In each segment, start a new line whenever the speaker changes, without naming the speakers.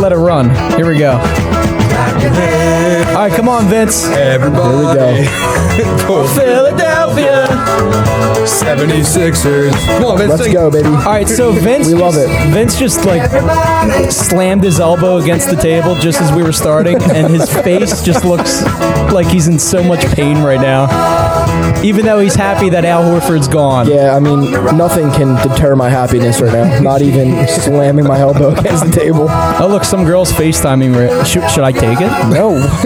let it run. Here we go. All right, come on, Vince.
Everybody.
There we
go.
Philadelphia.
76ers. Come on, Vince.
Let's
sing.
go, baby.
All right, so Vince.
We love
just-
it.
Vince just like slammed his elbow against the table just as we were starting, and his face just looks like he's in so much pain right now. Even though he's happy that Al Horford's gone.
Yeah, I mean, nothing can deter my happiness right now. Not even slamming my elbow against the table.
Oh, look, some girl's FaceTiming. Right. Should, should I take it?
No.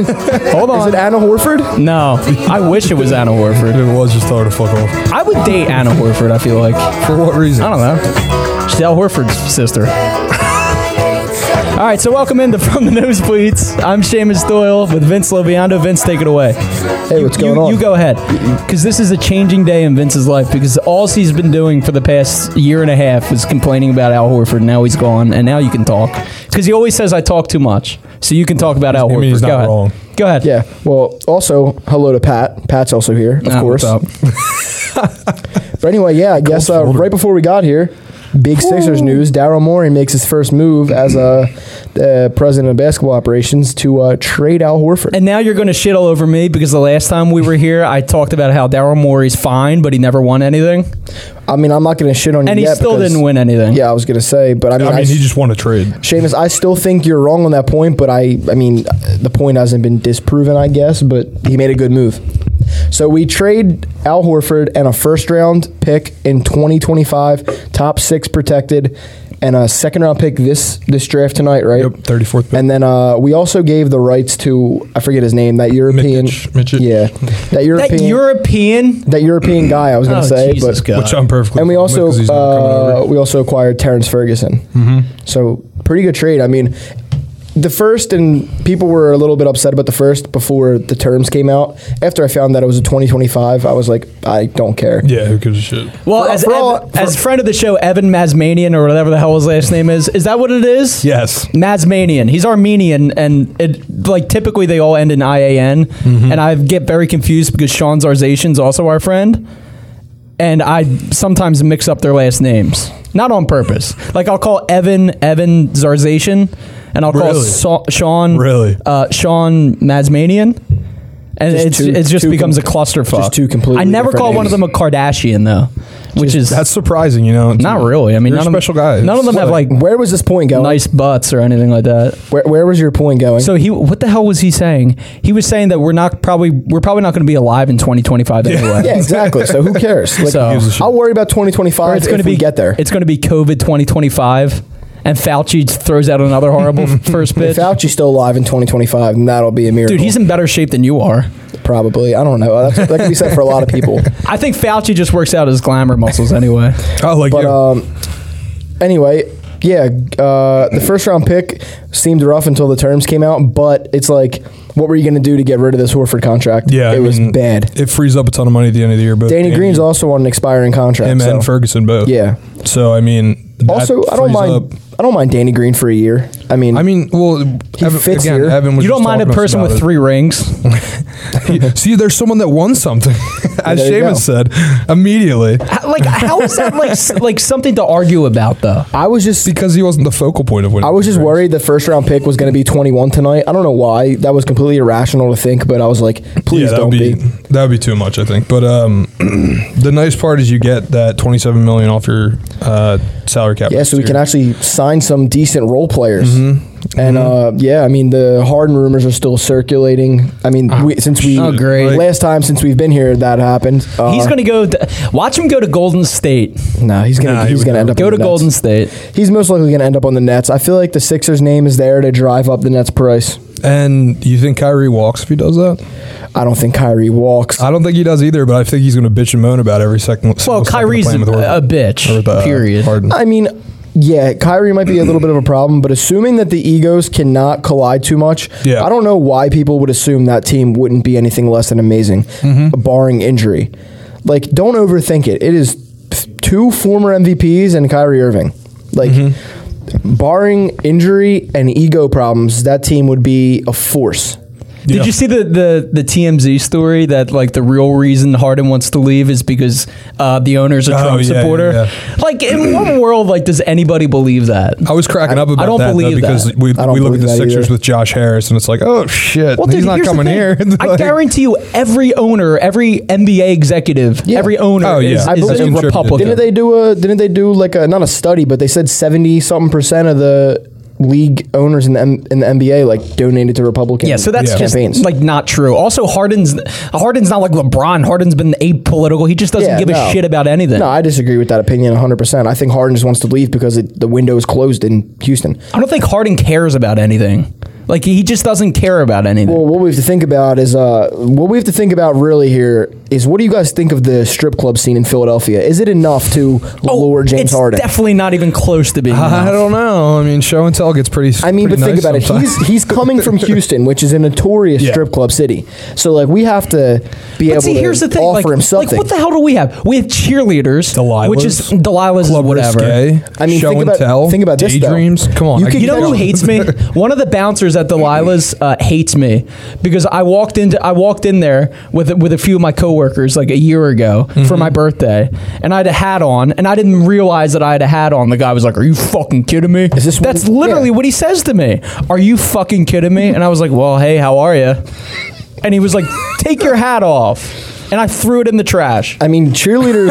Hold
Is
on.
it Anna Horford?
no, I wish it was Anna Horford.
It was just throw to fuck off.
I would date Anna Horford, I feel like.
For what reason?
I don't know. She's Al Horford's sister. All right, so welcome into From the Nosebleeds. I'm Seamus Doyle with Vince Loviando. Vince, take it away.
Hey, what's going
you,
on?
you go ahead, because this is a changing day in Vince's life. Because all he's been doing for the past year and a half is complaining about Al Horford. Now he's gone, and now you can talk. Because he always says I talk too much, so you can talk about Al
I
Horford.
mean, he's
go
not
ahead.
wrong.
Go ahead.
Yeah. Well, also, hello to Pat. Pat's also here, of
Ah,
course.
what's up?
But anyway, yeah, I guess uh,
shoulder.
right before we got here, big Sixers news: Daryl Morey makes his first move as a uh, president of basketball operations to uh, trade Al Horford.
And now you're going to shit all over me because the last time we were here, I talked about how Daryl Morey's fine, but he never won anything,
I mean, I'm not going to shit on
and
you
he
yet
still
because-
didn't win anything.
Yeah, I was going to say, but I mean,
I
I
mean, he just won a trade.
Seamus, I still think you're wrong on that point, but I, I mean, the point hasn't been disproven, I guess. But he made a good move. So we trade Al Horford and a first round pick in 2025, top six protected, and a second round pick this this draft tonight, right?
Yep, 34th pick.
And then uh, we also gave the rights to I forget his name, that European,
Mikic, Mikic.
yeah, that European,
That European.
that European guy. I was gonna
Oh,
say,
Jesus
but
God.
Which I'm perfectly
and we
fine with
also
'cause he's not coming
uh,
over.
we also acquired Terrence Ferguson. So pretty good trade. I mean, the first and people were a little bit upset about the first before the terms came out. After I found that it was a 2025, I was like, I don't care.
Yeah, who gives a shit?
Well,
For-
as
for
Ev-
all- for-
as friend of the show, Evan Masmanian or whatever the hell his last name is, is that what it is?
Yes.
Masmanian. He's Armenian, and it like typically they all end in ian,
Mm-hmm.
and I get very confused because Sean Zarzation's also our friend, and I sometimes mix up their last names, not on purpose. Like I'll call Evan Evan Zarzation, and I'll call
Really?
Sa- Sean
Really?
uh, Sean Masmanian. And
Just
it's,
two-
it just
two
becomes
com-
a clusterfuck.
just two completely
I never
different
call one of them
names.
a Kardashian though, which is
That's surprising, you know.
not really. I mean,
You're
none
a special
of, them-
guy.
None of them have like
Where was this point going?
nice butts or anything like that.
Where, where was your point going?
So he, what the hell was he saying? He was saying that we're not probably we're probably not going to be alive in 2025 anyway.
yeah, exactly. So who cares? Like,
So- Who gives a
shit?
I'll worry about 2025
Or
it's
it's going to be
we get there.
It's going to be COVID 2025, and Fauci throws out another horrible first pitch.
If Fauci's still alive in 2025, and that'll be a miracle.
Dude, he's in better shape than you are.
probably. I don't know. That's, that could be said for a lot of people.
I think Fauci just works out his glamour muscles anyway.
Oh, like
But
you.
uh,
um, anyway, yeah, uh, the first round pick seemed rough until the terms came out. But it's like, what were you going to do to get rid of this Horford contract?
yeah,
it
I
was
mean,
bad.
It frees up a ton of money at the end of the year. But
Danny Green's also on an expiring contract.
him
so-
and Ferguson both.
yeah.
So I mean, that
Also, I don't
frees
mind.
up-
I don't mind Danny Green for a year. I mean,
I mean, well, Evan,
fits
again,
here.
Evan was
You
just
don't mind a
talking to us
person
about
with
it.
three rings.
See, there's someone that won something, as
there you
Seamus said immediately,
How- like how is that like s- like something to argue about though?
I was just.
because he wasn't the focal point of winning.
I was just worried the first round pick was going to be 21 tonight. I don't know why. That was completely irrational to think, but I was like, please
that
don't
would
be.
be, that would be too much, I think. But um, the nice part is you get that 27 million off your uh, salary cap.
Yeah,
next
so we
year.
can actually sign some decent role players.
Mm-hmm.
And Uh, yeah, I mean the Harden rumors are still circulating. I mean, we, since we
Oh, great.
Like-
last time since we've been here that happened. Uh,
He's going to go. To, watch him go to Golden State.
nah, he's gonna
Nah, he
Uh, he's
would
gonna
never.
end up
Go
on
to
the Nets.
Golden State.
He's most likely gonna end up on the Nets. I feel like the Sixers name is there to drive up the Nets price.
And you think Kyrie walks if he does that?
I don't think Kyrie walks.
I don't think he does either. But I think he's going to bitch and moan about every second.
Well,
single second of
Kyrie's a,
playing with Harden.
a bitch.
Or with, uh,
period.
Harden.
I mean, yeah, Kyrie might be a little bit of a problem, but assuming that the egos cannot collide too much,
Yeah.
I don't know why people would assume that team wouldn't be anything less than amazing, barring injury. Like, don't overthink it. It is two former MVPs and Kyrie Irving. Like, barring injury and ego problems, that team would be a force.
Did
Yeah.
you see the, the the TMZ story that like the real reason Harden wants to leave is because uh, the owner's a
Oh,
Trump
yeah, yeah,
supporter?
yeah. Oh,
Like in what world like does anybody believe that?
I was cracking up about
don't
that though,
believe
because
that.
we
I don't
we look at the
believe that
Sixers
either.
with Josh Harris and it's like, oh shit,
Well,
he's
dude,
not
here's the
coming
thing.
here.
I
Like-
guarantee you, every owner, every NBA executive,
Yeah.
every owner
Oh, yeah.
is,
I
is
believe-
a
Didn't
Republican.
Didn't they do a? Didn't they do like a not a study, but they said seventy something percent of the league owners in the M- in the NBA like donated to Republican.
yeah, so that's
Yeah.
just
campaigns.
like not true. Also, Harden's Harden's not like LeBron. Harden's been apolitical. He just doesn't
Yeah,
give
no.
a shit about anything.
no, I disagree with that opinion 100. percent I think Harden just wants to leave because it, the window is closed in Houston.
I don't think Harden cares about anything. Like he just doesn't care about anything.
Well, what we have to think about is uh, what we have to think about really here is what do you guys think of the strip club scene in Philadelphia? Is it enough to lure James
Oh, it's
Harden?
Definitely not even close to being.
I
enough.
don't know. I mean, show and tell gets pretty.
I mean, but
pretty
think
nice
about
sometimes.
it. He's he's coming from Houston, which is a notorious
Yeah.
strip club city. So like we have to be able
But see,
to
here's the thing.
offer
Like,
him
like,
something.
what the hell do we have? We have cheerleaders, which is
Delilahs.
Delilah's,
Club
whatever.
Risque,
I mean,
show
think
and
about-
tell.
think about this, though.
daydreams. Come on,
You
I
could
get
You know
Yeah.
who
it.
hates me? One of the bouncers at Delilah's uh, hates me because I walked into I walked in there with with a few of my coworkers like a year ago for my birthday, and I had a hat on, and I didn't realize that I had a hat on. The guy was like, "Are you fucking kidding me?"
Is this when-
That's literally
yeah.
what he says to me. Are you fucking kidding me? And I was like, "Well, hey, how are you?" And he was like, "Take your hat off," and I threw it in the trash.
I mean, cheerleaders,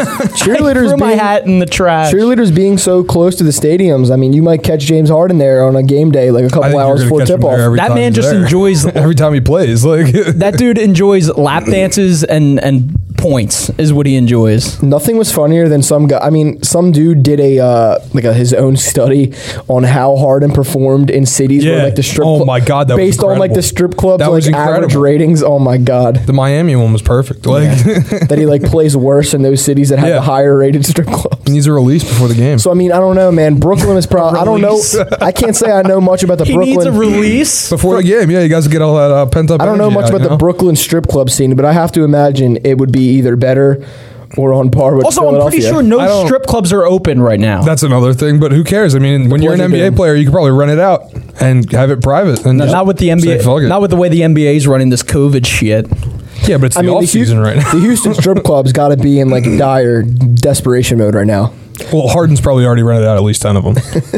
I
cheerleaders
threw
being,
my hat in the trash.
cheerleaders being so close to the stadiums. I mean, you might catch James Harden there on a game day, like a
I
couple
think
hours
you're gonna
before
catch him
tip off.
there every
That
time
man
he's
just
there.
enjoys-
every time he plays. Like
That dude enjoys lap dances and and points is what he enjoys.
Nothing was funnier than some guy. I mean, some dude did a uh, like a, his own study on how Harden performed in cities where
Yeah.
like the strip.
Oh
clu-
my God, that was
based on like the
incredible.
strip clubs
That
like
was
average
incredible.
ratings. Oh my god.
the Miami one was perfect. Like
that he like plays worse in those cities that have
Yeah.
the higher rated strip clubs.
needs a release before the game.
So I mean, I don't know, man. Brooklyn is probably. I don't know.
Release.
I can't say I know much about the
He
Brooklyn.
needs a release.
before the game, yeah, you guys get all that uh, pent up.
I don't know much about the Brooklyn strip club scene, but I have to imagine it would be either better or on par with
Also, I'm pretty
Philadelphia.
sure
I
no
don't-
strip clubs are open right now.
That's another thing, but who cares? I mean, when you're an
Pleasure
NBA
game.
player, you could probably rent it out and have it private. And just
not with the
say, "Fuck
NBA.
it."
Not with the way the NBA is running this COVID shit.
yeah, but it's
I
the
mean,
off
the, Hu-
season right now.
the Houston strip club's got to be in like dire desperation mode right now.
Well, Harden's probably already rented out at least ten of them.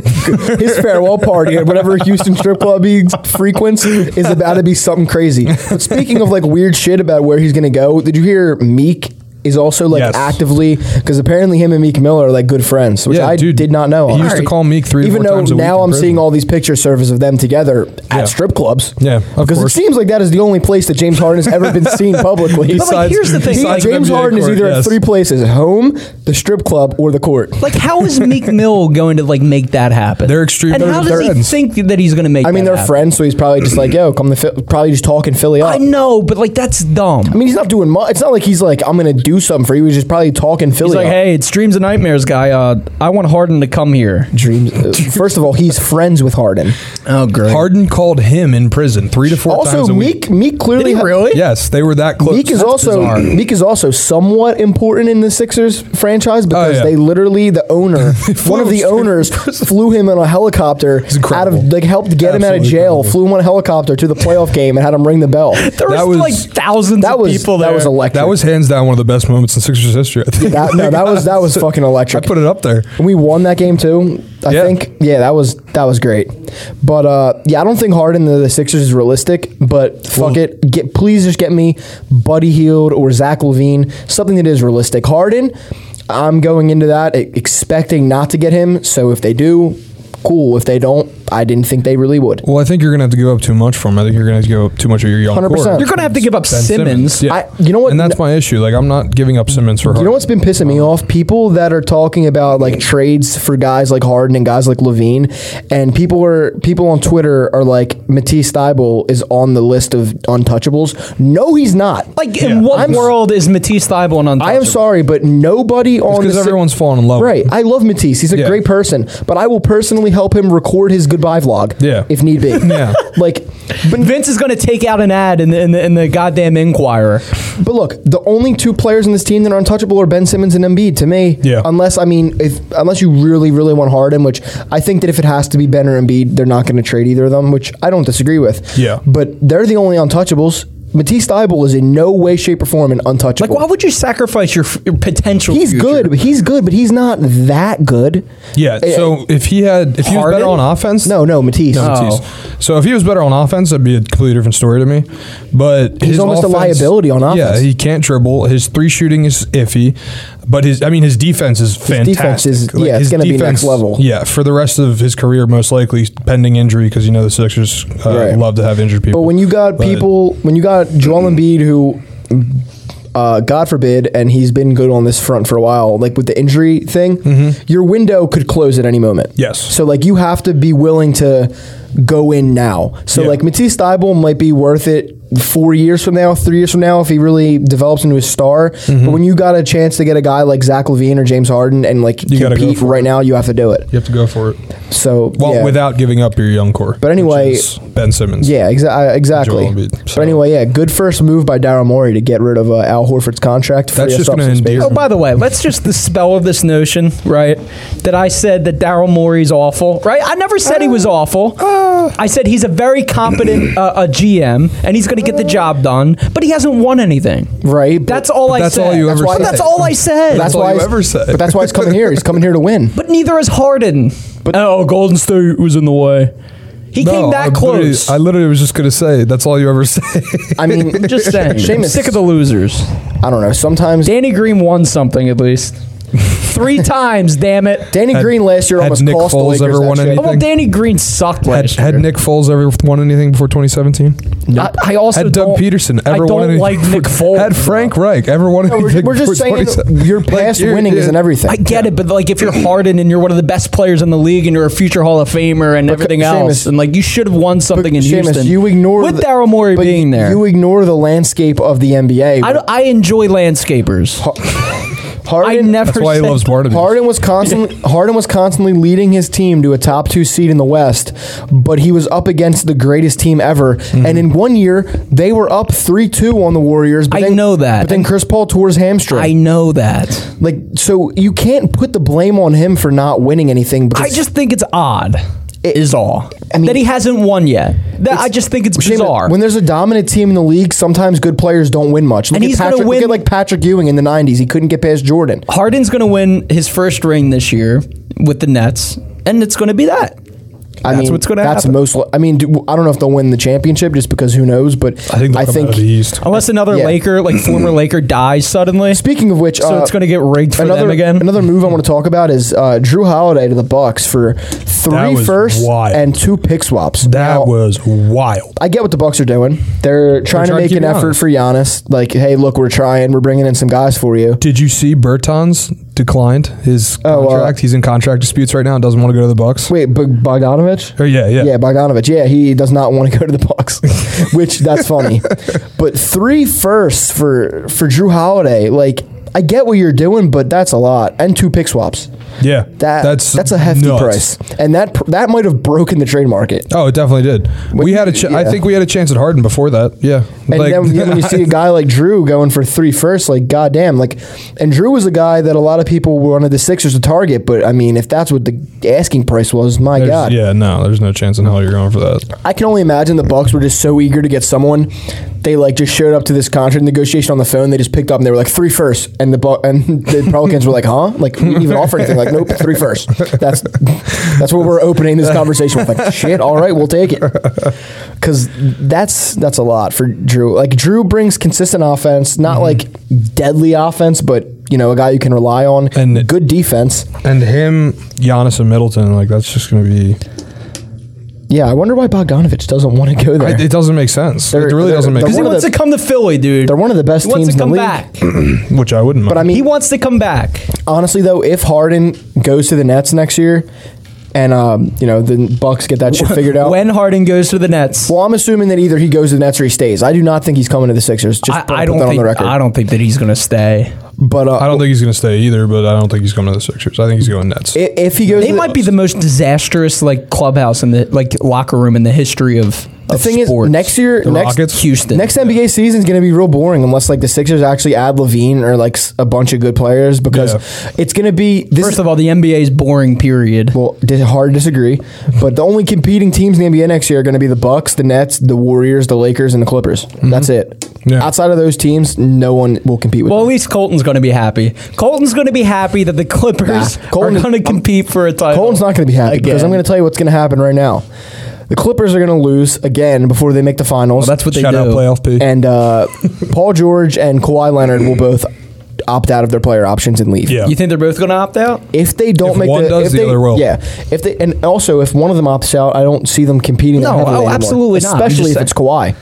His farewell party at whatever Houston strip club he frequents is about to be something crazy. But speaking of like weird shit about where he's gonna go, did you hear Meek is also like
Yes.
actively because apparently him and Meek Miller are like good friends, which
Yeah,
I
dude.
did not know.
He used to call Meek three or
even
four
though
times a week
now
in
I'm
prison.
series seeing all these picture service of them together
Yeah.
at strip clubs.
Yeah, of
because it
course.
seems like that is the only place that James Harden has ever been seen publicly.
But, like, here's the thing,
He-
besides
James Harden is either at three places: home, the strip club, or the court.
Like, how is Meek Mill going to like make that happen?
They're extreme-
And
they're-
how
they're
does he
ends.
think that he's going to make?
I mean,
that
they're
happen?
friends, so he's probably just like, "Yo, come to Phil-, probably just talking Philly up."
I know, but like that's dumb.
I mean, he's not doing much. It's not like he's like, I'm gonna do something for you. He's just probably talking Philly.
he's like,
up.
hey, it's dreams and nightmares, guy. Uh, I want Harden to come here.
dreams. uh, First of all, he's friends with Harden.
Oh, great.
Harden called him in prison three to four times
also,
a week.
Meek. Meek clearly.
Did he
ha-
really?
Yes, they were that close.
Meek is
That's
also
bizarre.
Meek is also somewhat important in the Sixers franchise
Oh,
because
yeah.
they literally the owner, one of
him
the
straight
owners flew him on a helicopter out
incredible.
of like helped get him out of
Absolutely
jail,
incredible.
flew him on a helicopter to the playoff game and had him ring the bell.
There was,
That was-
like thousands
That
of
was
people there.
that was electric.
That was hands down one of the best moments in Sixers history. I think.
That- no, that was that was fucking
I
electric.
put it up there.
We won that game too. I
Yeah.
think. Yeah, that was that was great. But uh, yeah, I don't think Harden to the Sixers is realistic. But fuck it, get please just get me Buddy Heald or Zach Levine, something that is realistic. Harden, I'm going into that e- expecting not to get him. So if they do, cool. If they don't, I didn't think they really would.
Well, I think you're gonna have to give up too much for him. I think you're gonna have to give up too much of your young
100%.
core.
You're going to have to give up
Ben
Simmons.
Yeah.
I, you know what?
and that's my issue. Like, I'm not giving up Simmons for Harden.
You know what's been pissing me off? People that are talking about like trades for guys like Harden and guys like Levine, and people are people on Twitter are like Matisse Thybulle is on the list of untouchables. No, he's not.
Like,
Yeah.
in what
I'm-
world is Matisse Thybulle an
I am
untouchable?
sorry, but nobody on
Because
the si-
everyone's falling in love. with
Right,
him.
I love Matisse. He's a
Yeah.
great person, but I will personally help him record his good goodbye vlog.
Yeah.
If need be.
Yeah.
Like, but,
Vince is going to take out an ad in the, in the, in the goddamn Inquirer.
but look, the only two players in this team that are untouchable are Ben Simmons and Embiid to me.
Yeah.
Unless I mean, if unless you really, really want Harden, which I think that if it has to be Ben or Embiid, they're not going to trade either of them, which I don't disagree with.
Yeah.
But they're the only untouchables. Matisse Thybulle is in no way, shape, or form an untouchable.
Like, why would you sacrifice your, f- your potential?
he's
future?
good. but He's good, but he's not that good.
Yeah.
Eh,
So if he had, if he was
Harden?
better on offense,
No, no, Matisse.
Matisse. Oh. So if he was better on offense, that'd be a completely different story to me. But
He's almost a liability on
Yeah,
offense.
he can't dribble. His three shooting is iffy, but his I mean his defense is fantastic.
defense is- yeah, it's
his
gonna be next
defense-
level.
Yeah, for the rest of his career, most likely pending injury because you know the Sixers uh,
Right.
love to have injured people.
But when you got
But-
people, when you got Joel Embiid, who, uh, God forbid, and he's been good on this front for a while, like with the injury thing, your window could close at any moment.
Mm-hmm. Yes.
So like you have to be willing to go in now. So
Yeah.
like Matisse Thybulle might be worth it four years from now, three years from now, if he really develops into a star.
Mm-hmm.
But when you got a chance to get a guy like Zach Levine or James Harden and like
gotta go
compete
for
right now, you have to do it.
you have to go for it,
So
well,
yeah.
without giving up your young core. But
anyway-
Ben Simmons.
Yeah, exa- uh, exactly.
Joel Embiid, so-
But anyway, yeah, good first move by Daryl Morey to get rid of uh, Al Horford's contract. free
That's
us
just
up
gonna
some space.
endear
Oh, by the way, let's just dispel of this notion, right? That I said that Daryl Morey's awful, right? I never said he was
Uh,
awful. I said he's a very competent uh, a GM, and he's going to get the job done, but he hasn't won anything.
Right, but-
That's all I
that's
said.
all you
that's
ever
why-
said.
That's all I said.
That's
That's all
why
you
he's-
ever said.
But that's why he's coming here. He's coming here to win.
but neither is Harden. But oh, Golden State was in the way. He came that
I literally-
close.
I
I,
literally was just gonna say that's all you ever say.
I mean,
am just saying. I'm
Seamus,
sick of the losers.
I don't know. Sometimes
Danny Green won something at least three times. Damn it.
Danny
Had-
Green last year
had
almost
Nick
cost the
Foles
Lakers
ever
that
won
shit.
Oh,
anything?
well, Danny Green sucked
had,
last year.
had Nick Foles ever won anything before 2017?
I, I also
Had Doug
don't-
Peterson ever
I don't
won anything?
like Nick
before-
Foles.
Had Frank Reich ever won
No, we're,
anything?
we're just
before
saying
2017?
your
Like,
past
you're-
winning isn't
yeah.
everything.
I get it, but like if you're Harden and you're one of the best players in the league and you're a future Hall of Famer and everything else,
Seamus-
and like you should have won something in
Seamus,
Houston.
you ignore
with
the-
Daryl Morey
but
being there.
You ignore the landscape of the NBA.
I, don't- I enjoy landscapers. I
Harden,
never.
That's why he
said-
loves Barnaby.
Harden was constantly Harden was constantly leading his team to a top two seed in the West, but he was up against the greatest team ever.
Hmm.
And in one year, they were up three two on the Warriors. But
I know that.
But then Chris Paul tore his hamstring.
I know that.
like so, you can't put the blame on him for not winning anything. Because
I just think it's odd.
It-
Is all
I mean-
that he hasn't won yet. That I just think it's
Shame,
bizarre.
When there's a dominant team in the league, sometimes good players don't win much. Look
And
at
he's gonna
Patrick,
win-
Look at like Patrick Ewing in the '90s. He couldn't get past Jordan.
Harden's going to win his first ring this year with the Nets, and it's going to be that.
I
That's
mean,
what's gonna
That's
happen.
most. li- I mean, do, I don't know if they'll win the championship just because who knows. But
I think they'll come out of the East.
Unless another
Yeah.
Laker, like former Laker, dies suddenly.
Speaking of which,
so
uh,
it's going to get rigged for
another
them again.
another move I want to talk about is uh, Drew Holiday to the Bucks for
That
three
was
firsts
wild.
and two pick swaps.
That
Now,
was wild.
I get what the Bucks are doing. They're trying to
trying to
make
keep
an
Giannis.
effort for Giannis. Like, hey, look, we're trying. We're bringing in some guys for you.
Did you see Bertans declined his
Oh, uh,
contract? He's in contract disputes right now. and Doesn't want to go to the Bucks.
Wait, but Bogdanovich?
Oh yeah, yeah.
Yeah, Bogdanovich. Yeah, he does not want to go to the Bucks, which that's funny. but three firsts for for Drew Holiday. Like, I get what you're doing, but that's a lot. And two pick swaps.
yeah.
That, that's that's a hefty
nuts.
price, and that pr- that might have broken the trade market.
Oh, it definitely did. we had a. Ch- I
yeah.
think we had a chance at Harden before that. Yeah.
And then yeah, when you see a guy like Drew going for three firsts, like goddamn, like, and Drew was a guy that a lot of people wanted the Sixers to target. But I mean, if that's what the asking price was, my
There's-
god,
Yeah, no, there's no chance in hell you're going for that.
I can only imagine the Bucks were just so eager to get someone. They like just showed up to this contract negotiation on the phone. They just picked up and they were like three firsts, and the Bu- and the Pelicans were like, huh? Like we didn't even offer anything. Like nope, three firsts. That's that's what we're opening this conversation with. Like shit, all right, we'll take it. Because that's that's a lot for Drew. Like Drew brings consistent offense,
Mm-hmm.
not like deadly offense, but you know a guy you can rely on
And-
good defense.
And him, Giannis, and Middleton, like that's just going to be.
Yeah, I wonder why Bogdanovich doesn't want to go there.
It, it doesn't make sense.
They're-
it really
they're-
doesn't make
they're
Because he
sense.
one of
wants
the-
to come to Philly, dude.
They're one of the best
he wants
teams
to
in the
come
league.
back.
Which I wouldn't. Mind.
But I mean,
He wants to come back.
Honestly, though, if Harden goes to the Nets next year, and um, you know the Bucks get that shit figured out.
When Harden goes to the Nets,
well, I'm assuming that either he goes to the Nets or he stays. I do not think he's coming to the Sixers. Just
I,
put
I
that
don't
on
think
the record.
I don't think that he's going to stay.
but uh,
I don't think he's going to stay either, but I don't think he's coming to the Sixers. I think he's going Nets.
i- if he goes,
They
to the-
might be the most disastrous like clubhouse in the like locker room in the history of
The
of
thing
sports.
is, next year,
The
next
Rockets?
Houston.
Next NBA season is going to be real boring unless like the Sixers actually add Levine or like s- a bunch of good players because
Yeah.
it's going to be this
First of all, the NBA's boring period.
well dis- hard to disagree, but the only competing teams in the NBA next year are going to be the Bucks, the Nets, the Warriors, the Lakers, and the Clippers. That's it.
Mm-hmm. Yeah.
Outside of those teams, no one will compete with.
Well, at
them.
least Colton's going to be happy. Colton's going to be happy that the Clippers
Nah, Colton-
are going to compete for a title.
Colton's not going to be happy because
Again.
I'm going to tell you what's going to happen right now. The Clippers are going to lose again before they make the finals.
Well, that's what they
Shout
do.
out playoff P.
and uh, Paul George and Kawhi Leonard will both opt out of their player options and leave.
Yeah.
You think they're both going to opt out?
If they don't
If
make
one
the,
does,
if
the
they,
other will.
Yeah. If they and also if one of them opts out, I don't see them competing. that
No,
heavily
oh,
anymore,
absolutely not. I'm
Especially
just
if it's Kawhi.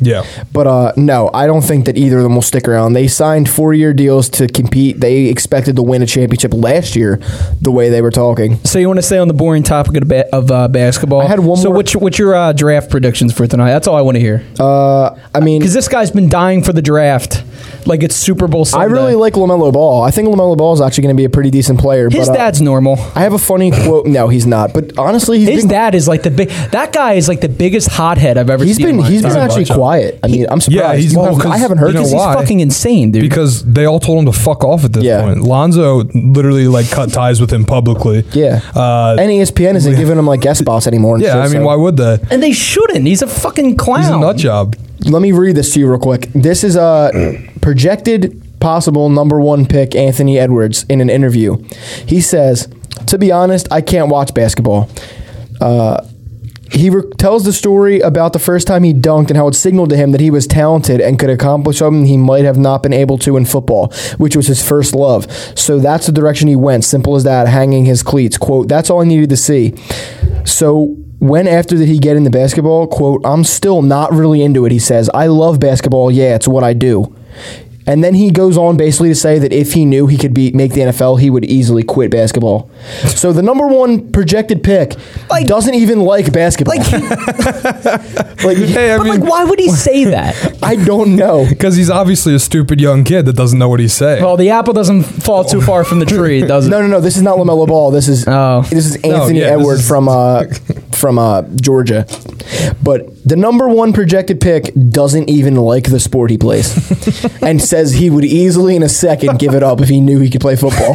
yeah.
But uh, no, I don't think that either of them will stick around. They signed four-year deals to compete. They expected to win a championship last year, the way they were talking.
So you want to stay on the boring topic of, ba- of uh, basketball?
I had one
So
more-
what's your, what's your uh, draft predictions for tonight? That's all I want to hear.
Uh, I mean,
Because this guy's been dying for the draft, like it's Super Bowl
I
Sunday.
really like Lamelo Ball. I think Lamelo Ball is actually going to be a pretty decent player.
his
but, uh,
dad's normal.
I have a funny quote. No, he's not. But honestly, he's
His
been,
dad is like the big. That guy is like the biggest hothead I've ever
he's
seen.
been
in my
he's been
entire life.
actually
Watch out.
quiet. I mean, I'm surprised.
he's-
You
well,
haven't-
'cause
I haven't heard.
you know
because
this.
he's
why?
fucking insane, dude.
Because they all told him to fuck off at this
Yeah.
point. Lonzo literally like cut ties with him publicly.
Yeah.
Uh,
and ESPN isn't giving him like guest spots anymore. and
yeah.
shit,
I mean,
so-
why would they?
and they shouldn't. He's a fucking clown.
He's a nut job.
Let me read this to you real quick. This is a projected possible number one pick, Anthony Edwards, in an interview. He says, "To be honest, I can't watch basketball." Uh, he re- tells the story about the first time he dunked and how it signaled to him that he was talented and could accomplish something he might have not been able to in football, which was his first love. So that's the direction he went. Simple as that, hanging his cleats. Quote, that's all I needed to see. So when after did he get into basketball? Quote, I'm still not really into it, he says. I love basketball. Yeah, it's what I do. And then he goes on basically to say that if he knew he could be make the NFL, he would easily quit basketball. So the number one projected pick
Like-
doesn't even like basketball.
Like,
Like,
Hey, I
but like,
mean,
why would he say that?
I don't know.
because he's obviously a stupid young kid that doesn't know what he's saying.
well, the apple doesn't fall too far from the tree, does it?
No, no, no. This is not Lamelo Ball. This is
Oh.
this is
No,
Anthony
yeah, this
Edward
is-
from uh, from uh, Georgia. But the number one projected pick doesn't even like the sport he plays, and says he would easily in a second give it up if he knew he could play football.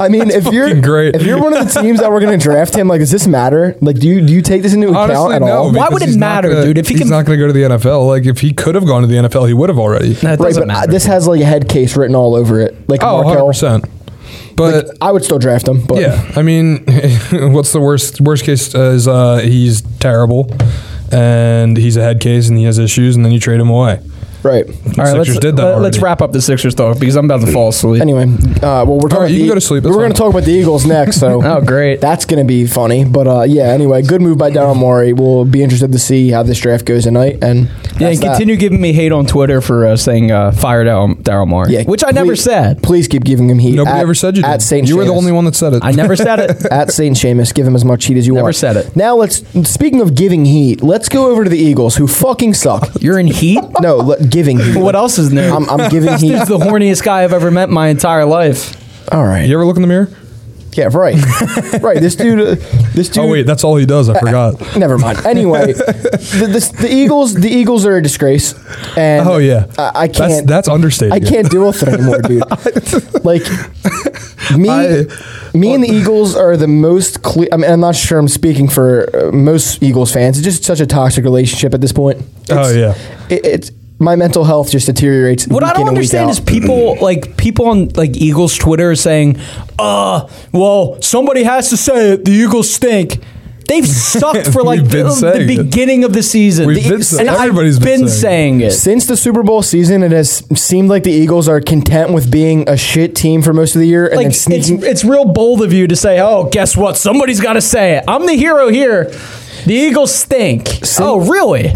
I mean, if you're
fucking great.
if you're one of the teams that we're going to draft him, like, does this matter? Like, do you do you take this into account
Honestly,
at
no.
all?
Why
because
would it
he's not
matter,
gonna-
dude? If he
he's
can-
not going to go to the NFL, like if he could have gone to the NFL, he would have already.
No, it
Right,
doesn't
but uh,
matter.
this has like a head case written all over it. Like,
Oh, 100
Markel,
percent. But
I would still draft him. But
yeah, I mean, what's the worst? Worst case is uh, he's terrible, and he's a head case, and he has issues, and then you trade him away.
right.
All right,
Sixers
let's,
did that
let- let's
already.
wrap up the Sixers talk because I'm about to fall asleep.
Anyway, uh, well, we're talking.
All right, you
the-
can go to sleep,
We're
that's
going to
fine.
talk about the Eagles next, so
Oh, great.
that's going to be funny. But uh, yeah, anyway, good move by Daryl Morey. We'll be interested to see how this draft goes tonight, and
Yeah, and
that's that.
continue giving me hate on Twitter for uh, saying uh, fired out Daryl Morey,
Yeah,
which I never
please-
said.
Please keep giving him heat.
Nobody
At-
ever said you did.
at Saint.
you were the
Seamus.
only one that said it.
I never said it.
At Saint Seamus, give him as much heat as you
Never
want.
said it.
Now let's. Speaking of giving heat, let's go over to the Eagles, who fucking suck.
You're in heat.
no, let, giving heat.
What else is new?
I'm, I'm giving heat.
He's the horniest guy I've ever met in my entire life.
All right.
You ever look in the mirror?
Yeah. Right. right. This dude. Uh, this dude.
Oh wait, that's all he does. I forgot.
Never mind. Anyway, the, the, the Eagles the Eagles are a disgrace. And
Oh yeah,
I, I
That's,
can't.
that's understated.
I can't deal with it anymore, dude. like me,
I-
me and the Eagles are the most. Cle- I mean, I'm not sure. I'm speaking for uh, most Eagles fans. It's just such a toxic relationship at this point. It's,
Oh, yeah.
it, it's my mental health just deteriorates.
What
week
I
in
don't
and week
understand
out.
is people like people on like Eagles Twitter are saying, "Uh, well, somebody has to say it. The Eagles stink." They've sucked for like
We've
the,
been
the
saying it.
beginning of the season.
We've
The
been
Eagles-
saying-
and
everybody's
I've been,
been
saying, it.
saying
Since the Super Bowl season, it has seemed like the Eagles are content with being a shit team for most of the year, and
Like
then
it's
sneaking.
it's real bold of you to say, "Oh, guess what? Somebody's got to say it. I'm the hero here. The Eagles stink." oh, really?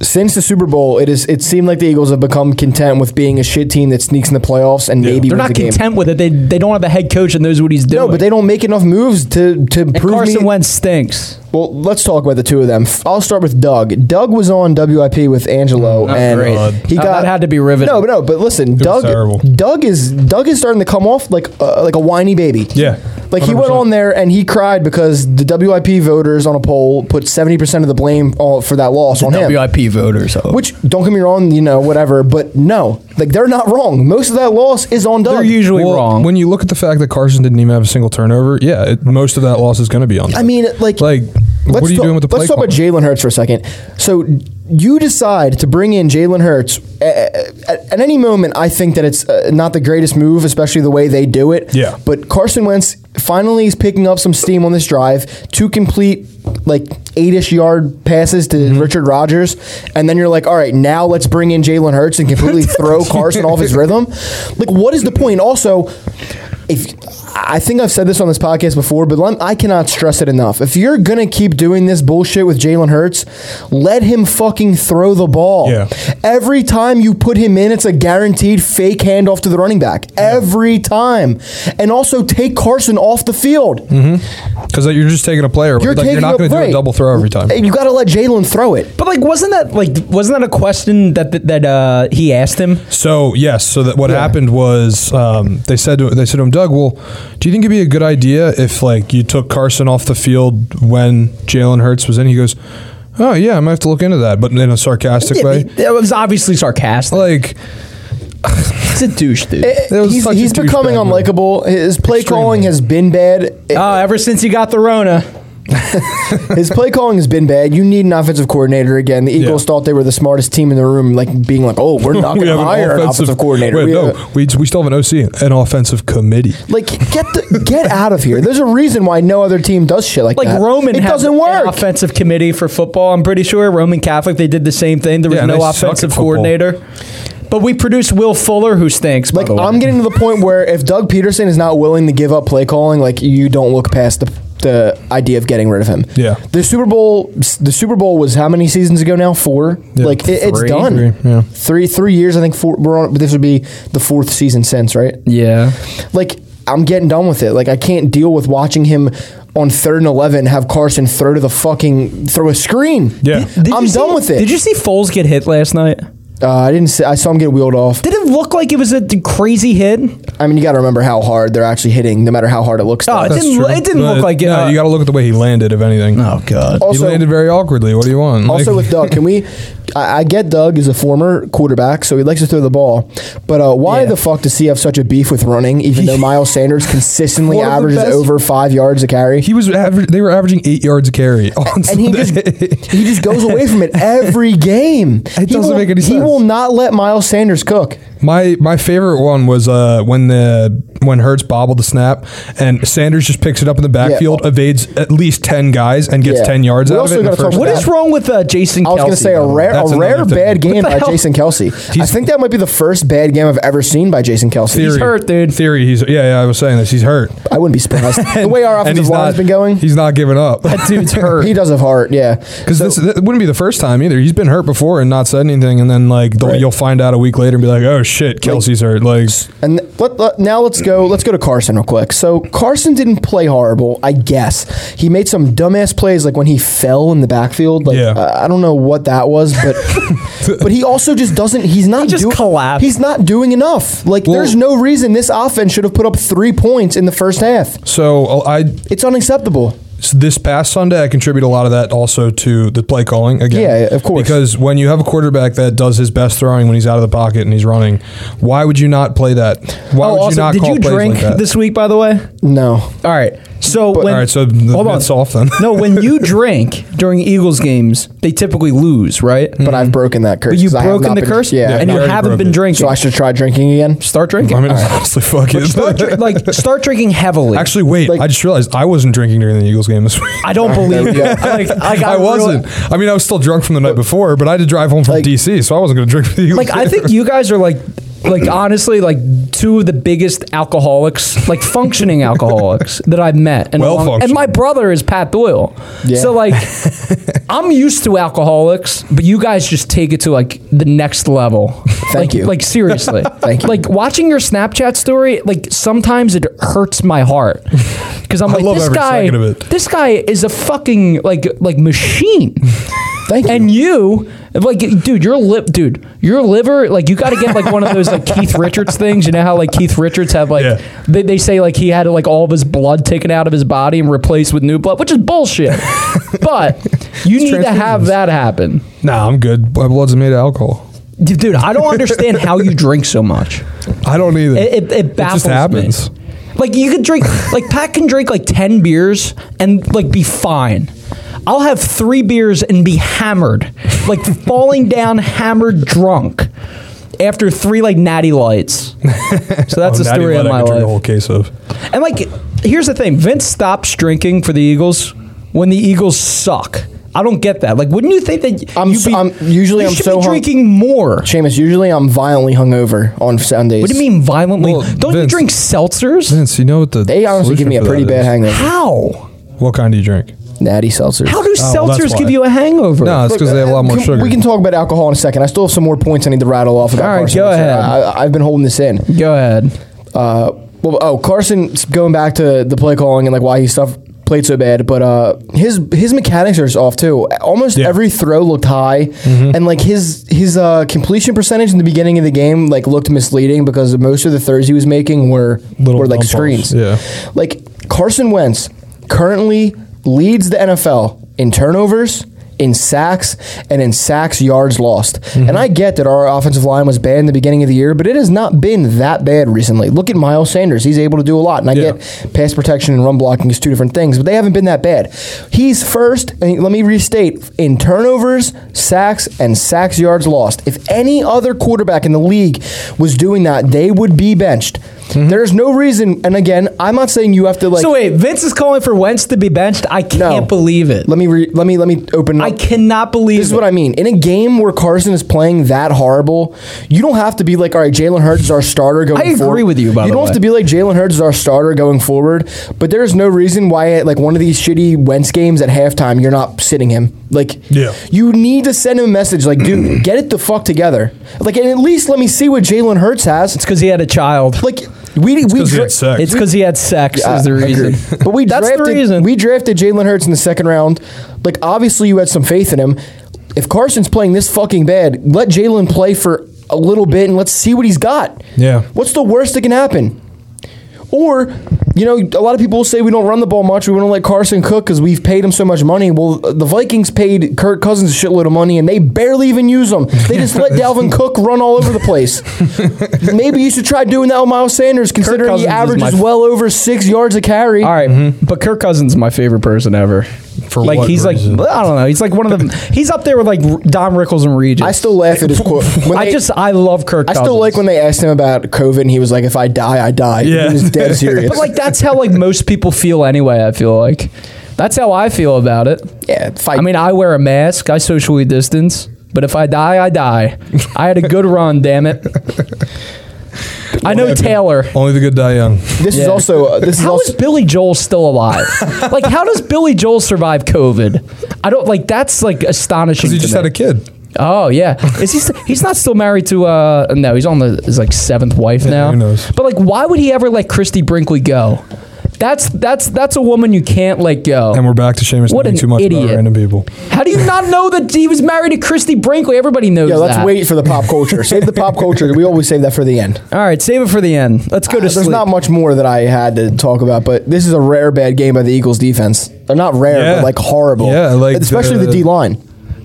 since the Super Bowl, it is it seemed like the Eagles have become content with being a shit team that sneaks in the playoffs and maybe
They're not
wins the game.
content with it. They they don't have a head coach that knows what he's doing.
No, but they don't make enough moves to to
and
prove
Carson
me.
Wentz stinks.
well, let's talk about the two of them. F- I'll start with Doug. Doug was on WIP with Angelo,
Not
and
great.
he
Now,
got
that had to be riveting.
No, but no, but listen, Doug.
terrible.
Doug is Doug is starting to come off like uh, like a whiny baby.
Yeah,
Like he went
100%.
on there and he cried because the WIP voters on a poll put seventy percent of the blame all for that loss on him.
WIP voters. oh.
Which don't get me wrong, you know, whatever, but no, like they're not wrong. Most of that loss is on Doug.
They're usually
Well,
wrong.
When you look at the fact that Carson didn't even have a single turnover, yeah, it, most of that loss is going to be on.
I
him.
mean, like,
like, what are you
ta-
doing with the play
Let's talk about
caller?
Jalen Hurts for a second. So you decide to bring in Jalen Hurts at, at, at any moment. I think that it's uh, not the greatest move, especially the way they do it.
Yeah.
But Carson Wentz finally is picking up some steam on this drive to complete like eight-ish yard passes to
Mm-hmm.
Richard Rodgers, and then you're like, all right, now let's bring in Jalen Hurts and completely throw Carson off his rhythm. Like, what is the point? Also, if I think I've said this on this podcast before, but lem- I cannot stress it enough. If you're gonna keep doing this bullshit with Jalen Hurts, let him fucking throw the ball.
Yeah.
Every time you put him in, it's a guaranteed fake handoff to the running back. Every time, and also take Carson off the field.
Mm-hmm. Because you're just taking a player. You're, like, you're not
a-
going to do
right.
a double throw every time.
You got to let Jalen throw it.
But like, wasn't that like, wasn't that a question that that, that uh, he asked him?
So yes, so that what happened was um, they said to, they said to him, Doug, well, do you think it'd be a good idea if like you took Carson off the field when Jalen Hurts was in? He goes, Oh yeah, I might have to look into that, but in a sarcastic
Yeah,
way.
but It was obviously sarcastic.
Like
It's a douche, dude.
That was
He's,
such a
he's becoming um,
douchebag move.
unlikable. His play
Extremely.
calling has been bad.
Oh, ever since he got the Rona,
His play calling has been bad. You need an offensive coordinator again. The Eagles
Yeah.
thought they were the smartest team in the room, like being like, "Oh, we're not
we
going to
have an
hire an
offensive,
offensive coordinator."
Wait,
We have
no, we, we still have an OC, an offensive committee.
a- like, get the, get out of here. There's a reason why no other team does shit like,
like
that.
Roman,
it
had
doesn't
an
work.
offensive committee for football. I'm pretty sure Roman Catholic. They did the same thing. There was
Yeah, and
no
they suck at
offensive
football.
coordinator. But we produced Will Fuller, who stinks.
Like,
by
Oh.
the way.
I'm getting to the point where if Doug Peterson is not willing to give up play calling, like, you don't look past the the idea of getting rid of him.
Yeah.
The Super Bowl, the Super Bowl was how many seasons ago now? Four.
Yeah.
like it, it's
Three.
done.
Three, yeah.
Three three years. I think four. We're on. This would be the fourth season since, right?
yeah.
like I'm getting done with it. Like I can't deal with watching him on third and eleven have Carson throw to the fucking throw a screen.
Yeah.
Did you
I'm
see-
done with it.
Did you see Foles get hit last night?
Uh, I didn't. See, I saw him get wheeled off.
Did it look like it was a crazy hit?
I mean, you got to remember how hard they're actually hitting, no matter how hard it looks. to
Oh,
us.
it didn't. It didn't
No,
look like it.
No,
uh,
you got to look at the way he landed. If anything,
oh god.
he
Also-
landed very awkwardly. What do you want?
Also
Like-
with Doug, can we? I, I get Doug is a former quarterback, so he likes to throw the ball. But uh, why
Yeah.
the fuck does he have such a beef with running? Even though Miles Sanders consistently
One of the
averages
best-
over five yards a carry,
he was aver- they were averaging eight yards a carry on
and he just
Sunday.
he just goes away from it every game. It
doesn't make any
He
sense.
will not let Miles Sanders cook.
My my favorite one was uh, when the when Hertz bobbled the snap and Sanders just picks it up in the backfield,
Yeah.
evades at least ten guys and gets
Yeah.
ten yards
We
out of
also
it. in the
gotta talk
first
What
half.
is wrong with uh, Jason?
I was going to say a rare,
That's
a rare
another thing.
bad game
What the
by
hell?
Jason Kelsey. I think that might be the first bad game I've ever seen by Jason Kelsey.
theory?
hurt, dude.
Theory. He's yeah, yeah. I was saying this. He's hurt.
I wouldn't be surprised. the way our
And
offensive
he's
line's
not
been going,
He's not giving up.
That dude's hurt.
he does have heart. Yeah,
Because this that wouldn't be the first time either. He's been hurt before and not said anything, and then like the,
Right.
you'll find out a week later and be like, oh shit, Kelsey's hurt. Like
And th- let, let- now let's go. Let's go to Carson real quick. So Carson didn't play horrible, I guess. He made some dumbass plays, like when he fell in the backfield. Like
Yeah.
I- I don't know what that was, but but he also just doesn't. He's not
just
doing.
collapsed.
He's not doing enough. Like
Well-
there's no reason this offense should have put up three points in the first half.
so uh, I
It's unacceptable.
So this past Sunday, I contribute a lot of that also to the play calling again.
Yeah, of course.
Because when you have a quarterback that does his best throwing when he's out of the pocket and he's running, why would you not play that? Why
Oh,
would
also,
you not
did
call
you
plays
drink
like that?
this week? By the way.
No.
All right. So when
All right, so the
hold on.
myth's off then.
no, when you drink during Eagles games, they typically lose, right?
Hmm. Mm-hmm.
But I've broken that curse.
But you've
'cause I have
broken
not
the
been-
curse,
Yeah.
and you
Yeah, I already
haven't
broke
been
it.
drinking.
so I should try drinking again.
start drinking.
I mean, honestly, fuck it.
Start dr- like start drinking heavily.
Actually, wait.
like-
I just realized I wasn't drinking during the Eagles game this week.
I don't believe
we go.
it. Like, like,
I
really-
wasn't. I mean, I was still drunk from the night before, but I had to drive home from
Like-
DC, so I wasn't going to drink for the Eagles.
Like I
game.
think you guys are like like honestly, like two of the biggest alcoholics, like functioning alcoholics that I've met, and
Well
and
functioning.
my brother is Pat Doyle.
Yeah.
So like, I'm used to alcoholics, but you guys just take it to like the next level.
Thank
Like-
you.
Like seriously,
Thank you.
Like watching your Snapchat story, like sometimes it hurts my heart because I'm like,
love
this
every
guy,
second of it.
this guy is a fucking like like machine.
Thank you.
And you, like, dude, your lip, dude, your liver, like, you got to get like one of those like Keith Richards things. You know how like Keith Richards have like
Yeah.
they, they say like he had like all of his blood taken out of his body and replaced with new blood, which is bullshit. but you need to have
transfusions.
that happen,
Nah, I'm good. My blood's made of alcohol.
dude. dude, I don't understand how you drink so much.
I don't either.
It, it, it baffles
just happens.
me. Like you could drink, like Pat can drink like ten beers and like be fine. I'll have three beers and be hammered, like falling down, hammered, drunk. After three like natty lights, so that's
Oh,
the
Natty
story
Light
of my
I could drink a
life.
whole case of.
And like, here's the thing: Vince stops drinking for the Eagles when the Eagles suck. I don't get that. Like, wouldn't you think that
I'm
you'd
so- I'm- usually
you
I'm
should
so
be
hung-
drinking more?
Seamus, usually I'm violently hungover on Sundays.
What do you mean violently?
Well,
don't you
Vince-
drink seltzers?
Vince, you know what the
They honestly give
solution
me a
for
pretty
that
bad
is?
hangover.
How?
What kind do you drink?
Natty seltzer.
How do
Oh, well, that's
seltzers
why.
give you a hangover?
No, it's because they have a lot more
Can-
sugar.
We can talk about alcohol in a second. I still have some more points I need to rattle off about
All right,
Carson.
go
Wentz.
ahead.
I, I've been holding this in.
Go ahead.
Uh, well, oh, Carson, going back to the play calling and like why he stuff played so bad, but uh, his his mechanics are just off too. Almost
Yeah. Mm-hmm.
every throw looked high, and like his his uh, completion percentage in the beginning of the game like looked misleading because most of the throws he was making were
Little
were like
dump-offs,
screens.
yeah.
like Carson Wentz currently leads the NFL in turnovers. In sacks and in sacks yards lost, and I get that our offensive line was bad in the beginning of the year, but it has not been that bad recently. Look at Miles Sanders; he's able to do a lot, and I
Yeah.
get pass protection and run blocking is two different things, but they haven't been that bad. He's first, and let me restate, in turnovers, sacks, and sacks yards lost. If any other quarterback in the league was doing that, they would be benched. There's no reason, and again, I'm not saying you have to like.
Mm-hmm. so wait, Vince is calling for Wentz to be benched. I can't
No.
believe it.
Let me re, let me let me open.
I
up.
cannot believe
This is
it.
what I mean. In a game where Carson is playing that horrible, you don't have to be like, all right, Jalen Hurts is our starter going
I agree
forward.
with you, by
You
the
don't
way.
have to be like Jalen Hurts is our starter going forward, but there's no reason why at like one of these shitty Wentz games at halftime you're not sitting him. Like
Yeah.
you need to send him a message like, dude, get it the fuck together. Like and at least let me see what Jalen Hurts has.
it's because he had a child.
Like we we
'cause he
dra-
had sex.
It's because he had sex. is the
I agree.
reason.
But we
That's the
drafted,
reason.
We drafted Jalen Hurts in the second round. Like obviously you had some faith in him. If Carson's playing this fucking bad, let Jalen play for a little bit and let's see what he's got.
Yeah.
What's the worst that can happen? Or, you know, a lot of people say we don't run the ball much. We want to let Carson cook because we've paid him so much money. Well, the Vikings paid Kirk Cousins a shitload of money, and they barely even use him. They just let Dalvin Cook run all over the place. Maybe you should try doing that with Miles Sanders, considering
Cousins
he
is
averages
my-
well over six yards a carry.
All right, but Kirk Cousins is my favorite person ever.
Mm-hmm. For
like
what
he's
reason?
like I don't know. He's like one of the. He's up there with like Dom Rickles and Regis.
I still laugh at his quote. When
I
they-
just I love Kirk.
I still
Cousins.
like when they asked him about COVID, and he was like, "If I die, I die."
Yeah.
He was dead serious.
But like that's how like most people feel anyway. I feel like that's how I feel about it.
yeah, fight.
I mean, I wear a mask. I socially distance. But if I die, I die. I had a good run, damn it. I know Taylor.
Only the good die young.
this
Yeah.
is also uh, this is
How
also
is Billy Joel still alive? like, how does Billy Joel survive COVID? I don't like. That's like astonishing.
He
to
just
me.
had a kid.
Oh yeah, is he? St- he's not still married to. uh No, he's on the his like seventh wife now.
who knows?
But like, why would he ever let Christy Brinkley go? That's that's that's a woman you can't let go.
And we're back to Seamus
What
knowing
an
too much
idiot.
about random people.
How do you not know that he was married to Christy Brinkley? Everybody knows.
Yeah, let's
that.
wait for the pop culture. Save the pop culture. We always save that for the end.
All right, save it for the end. Let's go to
There's
sleep.
not much more that I had to talk about, but this is a rare bad game by the Eagles defense. They're not rare,
Yeah.
but like horrible.
Yeah, like
especially the,
the-
D line.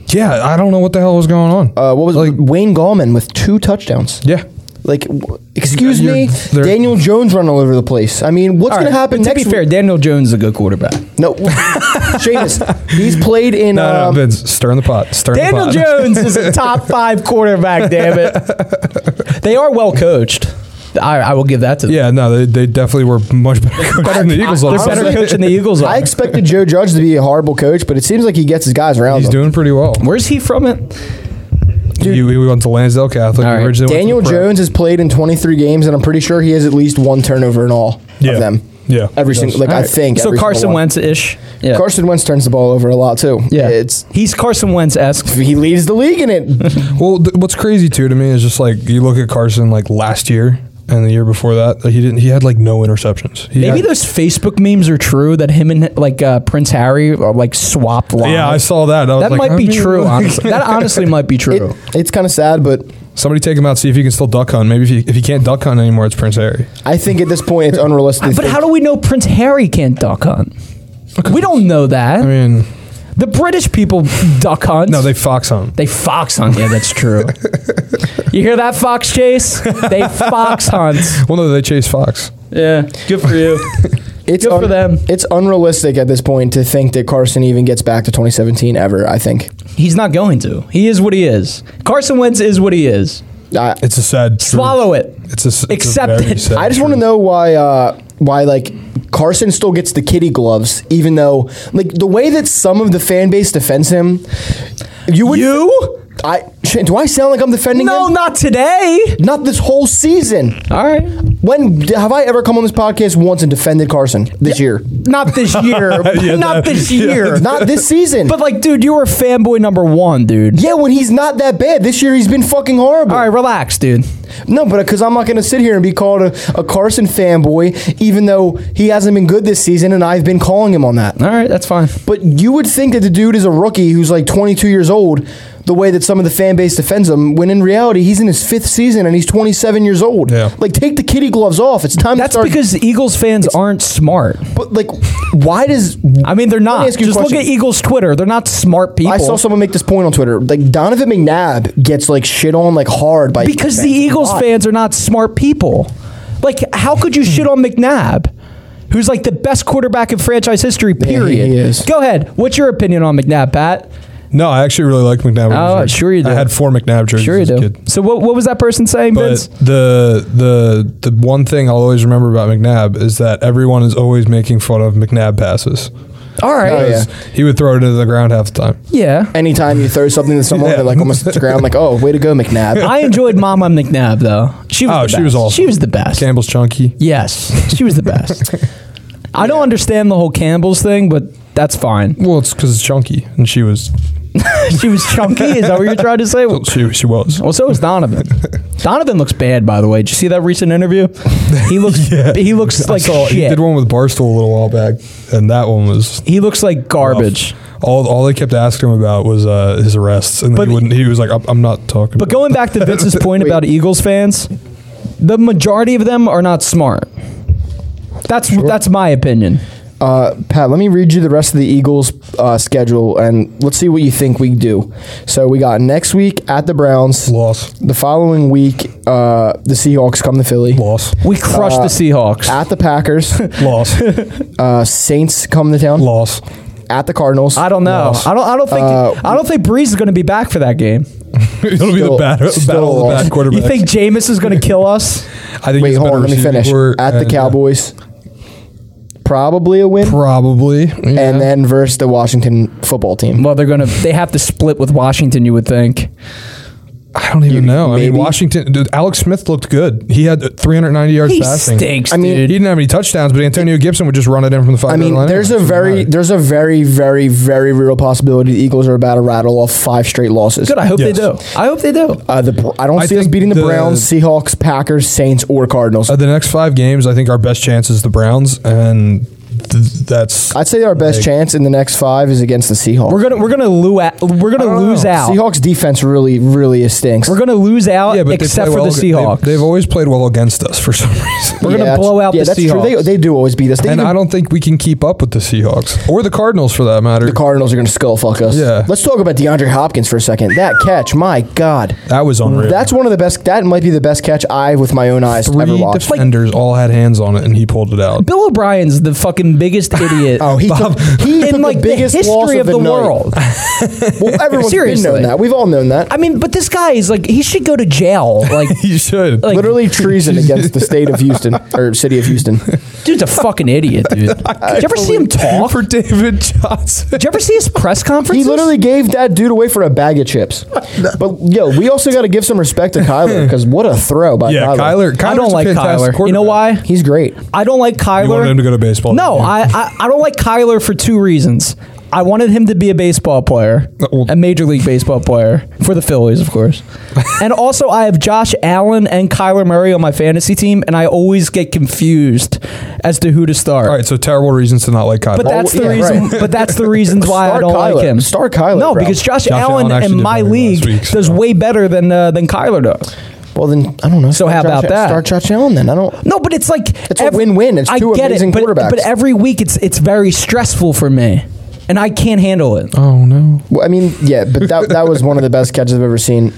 Yeah, I don't know what the hell was going on.
Uh, what was
like?
Wayne Gallman with two touchdowns?
Yeah,
Like, w- excuse
You're-
me,
they're-
Daniel Jones run all over the place. I mean, what's
All right,
going to happen
but
next?
To be fair,
week?
Daniel Jones is a good quarterback.
no, Seamus, he's played in.
no, no,
um,
Uh, Vince, stir in the pot. Stir in the
Daniel
pot.
Jones is a top five quarterback. Damn it, they are well coached. I, I will give that to them.
Yeah, no, they, they definitely were much better coached than the Eagles.
They're
last
better
night.
coach than the Eagles are.
I expected Joe Judge to be a horrible coach, but it seems like he gets his guys around.
He's
him.
doing pretty well.
Where's he from? It
He, he went to Lansdale Catholic.
All
He
right.
originally went to
Daniel
the prep.
Jones has played in 23 games, and I'm pretty sure he has at least one turnover in all
Yeah.
of them.
Yeah.
Every
He
single,
does.
like I think.
so
every single
Carson
one.
Wentz ish. Yeah.
Carson Wentz turns the ball over a lot too.
yeah.
it's
he's Carson Wentz esque.
he leads the league in it.
Well, th- what's crazy too to me is just like you look at Carson like last year and the year before that, like, he didn't. He had like no interceptions. He
Maybe
had-
those Facebook memes are true that him and like uh, Prince Harry are like swapped lives.
Yeah, I saw that. I was
that
like,
might
I
be
mean,
true.
like-
honestly. That honestly might be true.
it it's kind of sad, but
Somebody take him out, see if you can still duck hunt. Maybe if you, if you can't duck hunt anymore, it's Prince Harry.
I think at this point it's unrealistic. to
but
think-
how do we know Prince Harry can't duck hunt? We don't know that.
I mean,
the British people duck hunt.
no, they fox hunt.
They fox hunt. Yeah, that's true. you hear that, Fox Chase? They fox hunt.
Well, no, they chase fox.
Yeah, good for you.
it's
good for them.
It's unrealistic at this point to think that Carson even gets back to 2017 ever. I think.
He's not going to. He is what he is. Carson Wentz is what he is.
I,
It's a sad. truth.
Swallow it.
It's a. s- It's
Accept
a very
it.
sad
I just want to
truth.
know why uh, why like Carson still gets the kitty gloves, even though like the way that some of the fan base defends him. You would
You?
I shit, do I sound like I'm defending
No,
him?
not today.
Not this whole season.
All right.
When have I ever come on this podcast once and defended Carson this year?
Not this year. not
that-
this
yeah.
year.
Not this season.
But like, dude, you were fanboy number one, dude.
yeah, when he's not that bad. This year he's been fucking horrible.
All right, relax, dude.
No, but because I'm not going to sit here and be called a, a Carson fanboy, even though he hasn't been good this season, and I've been calling him on that.
All right, that's fine.
But you would think that the dude is a rookie who's like 22 years old, the way that some of the fan base defends him, when in reality, he's in his fifth season and he's 27 years old.
Yeah.
Like, take the kitty gloves off. It's time
That's
to start.
because Eagles fans aren't smart.
but, like, why does.
I mean, they're
me
not.
ask you a
Just look
question.
at Eagles Twitter. They're not smart people.
I saw someone make this point on Twitter. Like, Donovan McNabb gets, like, shit on, like, hard by.
because the
fans.
Eagles
Why?
fans are not smart people. Like, how could you shit on McNabb, who's like the best quarterback in franchise history? Period.
he is.
Go ahead. What's your opinion on McNabb, Pat?
No, I actually really like McNabb. when I was
Oh,
a kid.
sure you do.
I had four McNabb jerseys.
Sure you
as a
do.
kid.
So what? What was that person saying,
But
Vince?
the the the one thing I'll always remember about McNabb is that everyone is always making fun of McNabb passes.
All right.
Oh, yeah.
He would throw it into the ground half the time.
yeah.
Anytime you throw something to someone, they're like, almost hits the ground, like, oh, way to go, McNabb.
I enjoyed Mama McNabb though. She was
Oh,
the
she
best.
was awesome.
She was the best.
Campbell's chunky.
yes, she was the best. I don't understand the whole Campbell's thing, but that's fine.
Well, it's because it's chunky, and she was
she was chunky. Is that what you're trying to say?
she she was.
Well, so is Donovan. Donovan looks bad, by the way. Did you see that recent interview? He looks. He looks like
So he
shit.
did
He,
one with Barstool a little while back, and that one was
looks like garbage.
all. All they kept asking him about was uh, his arrests, and
But-
he wouldn't. He was like, "I'm, I'm not talking."
But
about
going back to Vince's point about Eagles fans, the majority of them are not smart. That's that's my opinion.
Uh, Pat, let me read you the rest of the Eagles' uh, schedule, and let's see what you think we do. So we got next week at the Browns.
it. loss,
The following week, uh, the Seahawks come to Philly.
loss,
We crushed the
Uh,
Seahawks.
At the Packers,
loss,
uh, Saints come to town.
loss.
At the Cardinals,
I don't know.
Loss.
I don't. I don't think.
Uh,
I don't think Breeze is going to be back for that game.
It'll be the
Still-
battle,
still
battle of the
loss.
bad quarterbacks.
You think Jameis is going to kill us?
I think
wait,
he's a
hold
better
on, let me
receiving
finish.
core,
At the
and, uh,
Cowboys, probably a win,
probably, yeah.
and then versus the Washington football team.
Well, they're going to. They have to split with Washington. You would think.
I don't even know. I
maybe.
mean, Washington. Dude, Alex Smith looked good. He had uh, 390 yards
He
passing.
stinks,
I mean,
dude.
He didn't have any touchdowns, but Antonio Gibson would just run it in from the five.
I mean, there's a very, there's a very, very, very real possibility the Eagles are about to rattle off five straight losses.
Good. I hope
Yes.
they do. I hope they do.
Uh, the Br- I don't
I
see us
think
beating the,
the-
Browns, Seahawks, Packers, Saints, or Cardinals.
Uh, the next five games, I think our best chance is the Browns, and th- that's
I'd say our best
Like-
chance in the next five is against the Seahawks.
We're gonna we're gonna lose out. We're
I
gonna
don't
lose
know.
out.
Seahawks defense really, really is stinks.
We're gonna lose out
yeah. But
except
they
for
play well,
the Seahawks.
They've, they've always played well against us for some reason,
we're gonna blow out the
They,
Seahawks.
they do always beat us. They
and
even-
I don't think we can keep up with the Seahawks or the Cardinals for that matter.
the Cardinals are gonna skull fuck us.
Yeah.
Let's talk about DeAndre Hopkins for a second. That catch, my God,
that was unreal.
that's one of the best. That might be the best catch I, with my own eyes, ever
three
watched.
defenders all had hands on it, and he pulled it out.
Bill O'Brien's the fucking fucking biggest idiot.
Oh, he
Bob-
took, he took
in like
the
the,
biggest loss
history of the
night.
world.
Well, everyone's been
Seriously.
known that. We've all known that.
I mean, but this guy is like he should go to jail. Like,
you should.
like
Literally treason against the state of Houston or city of Houston.
dude's a fucking idiot, dude. Did you ever see him talk?
for David Johnson.
Did you ever see his press conference?
He literally gave that dude away for a bag of chips. But yo, we also got to give some respect to Kyler because what a throw by
Yeah,
Kyler.
Kyler. Kyler's
I don't like
a fantastic
Kyler. You know
quarterback.
why?
He's great.
I don't like Kyler.
You wanted him to go to baseball.
No,
didn't you?
I, I I don't like Kyler for two reasons. I wanted him to be a baseball player,
Uh, well-
a major league baseball player for the Phillies, of course. and also, I have Josh Allen and Kyler Murray on my fantasy team, and I always get confused as to who to start.
All right, Oh, so terrible reasons to not like Kyler.
But that's the
yeah,
reason.
right.
But that's the reasons why I
Start
don't
Kyler.
like him.
Start Kyler,
No,
bro.
because Josh,
Josh
Allen,
Allen actually
in
did
my
very well
league
last week, so-
does way better than uh, than Kyler does.
Well, then I don't know.
So
Start
how about
Josh-
that?
Start Josh Allen then. I don't.
No, but it's like
It's a win-win. It's
I
two
get
amazing
it, but,
quarterbacks.
But every week, it's it's very stressful for me, and I can't handle it.
oh no.
Well, I mean, yeah, but that that was one of the best catches I've ever seen.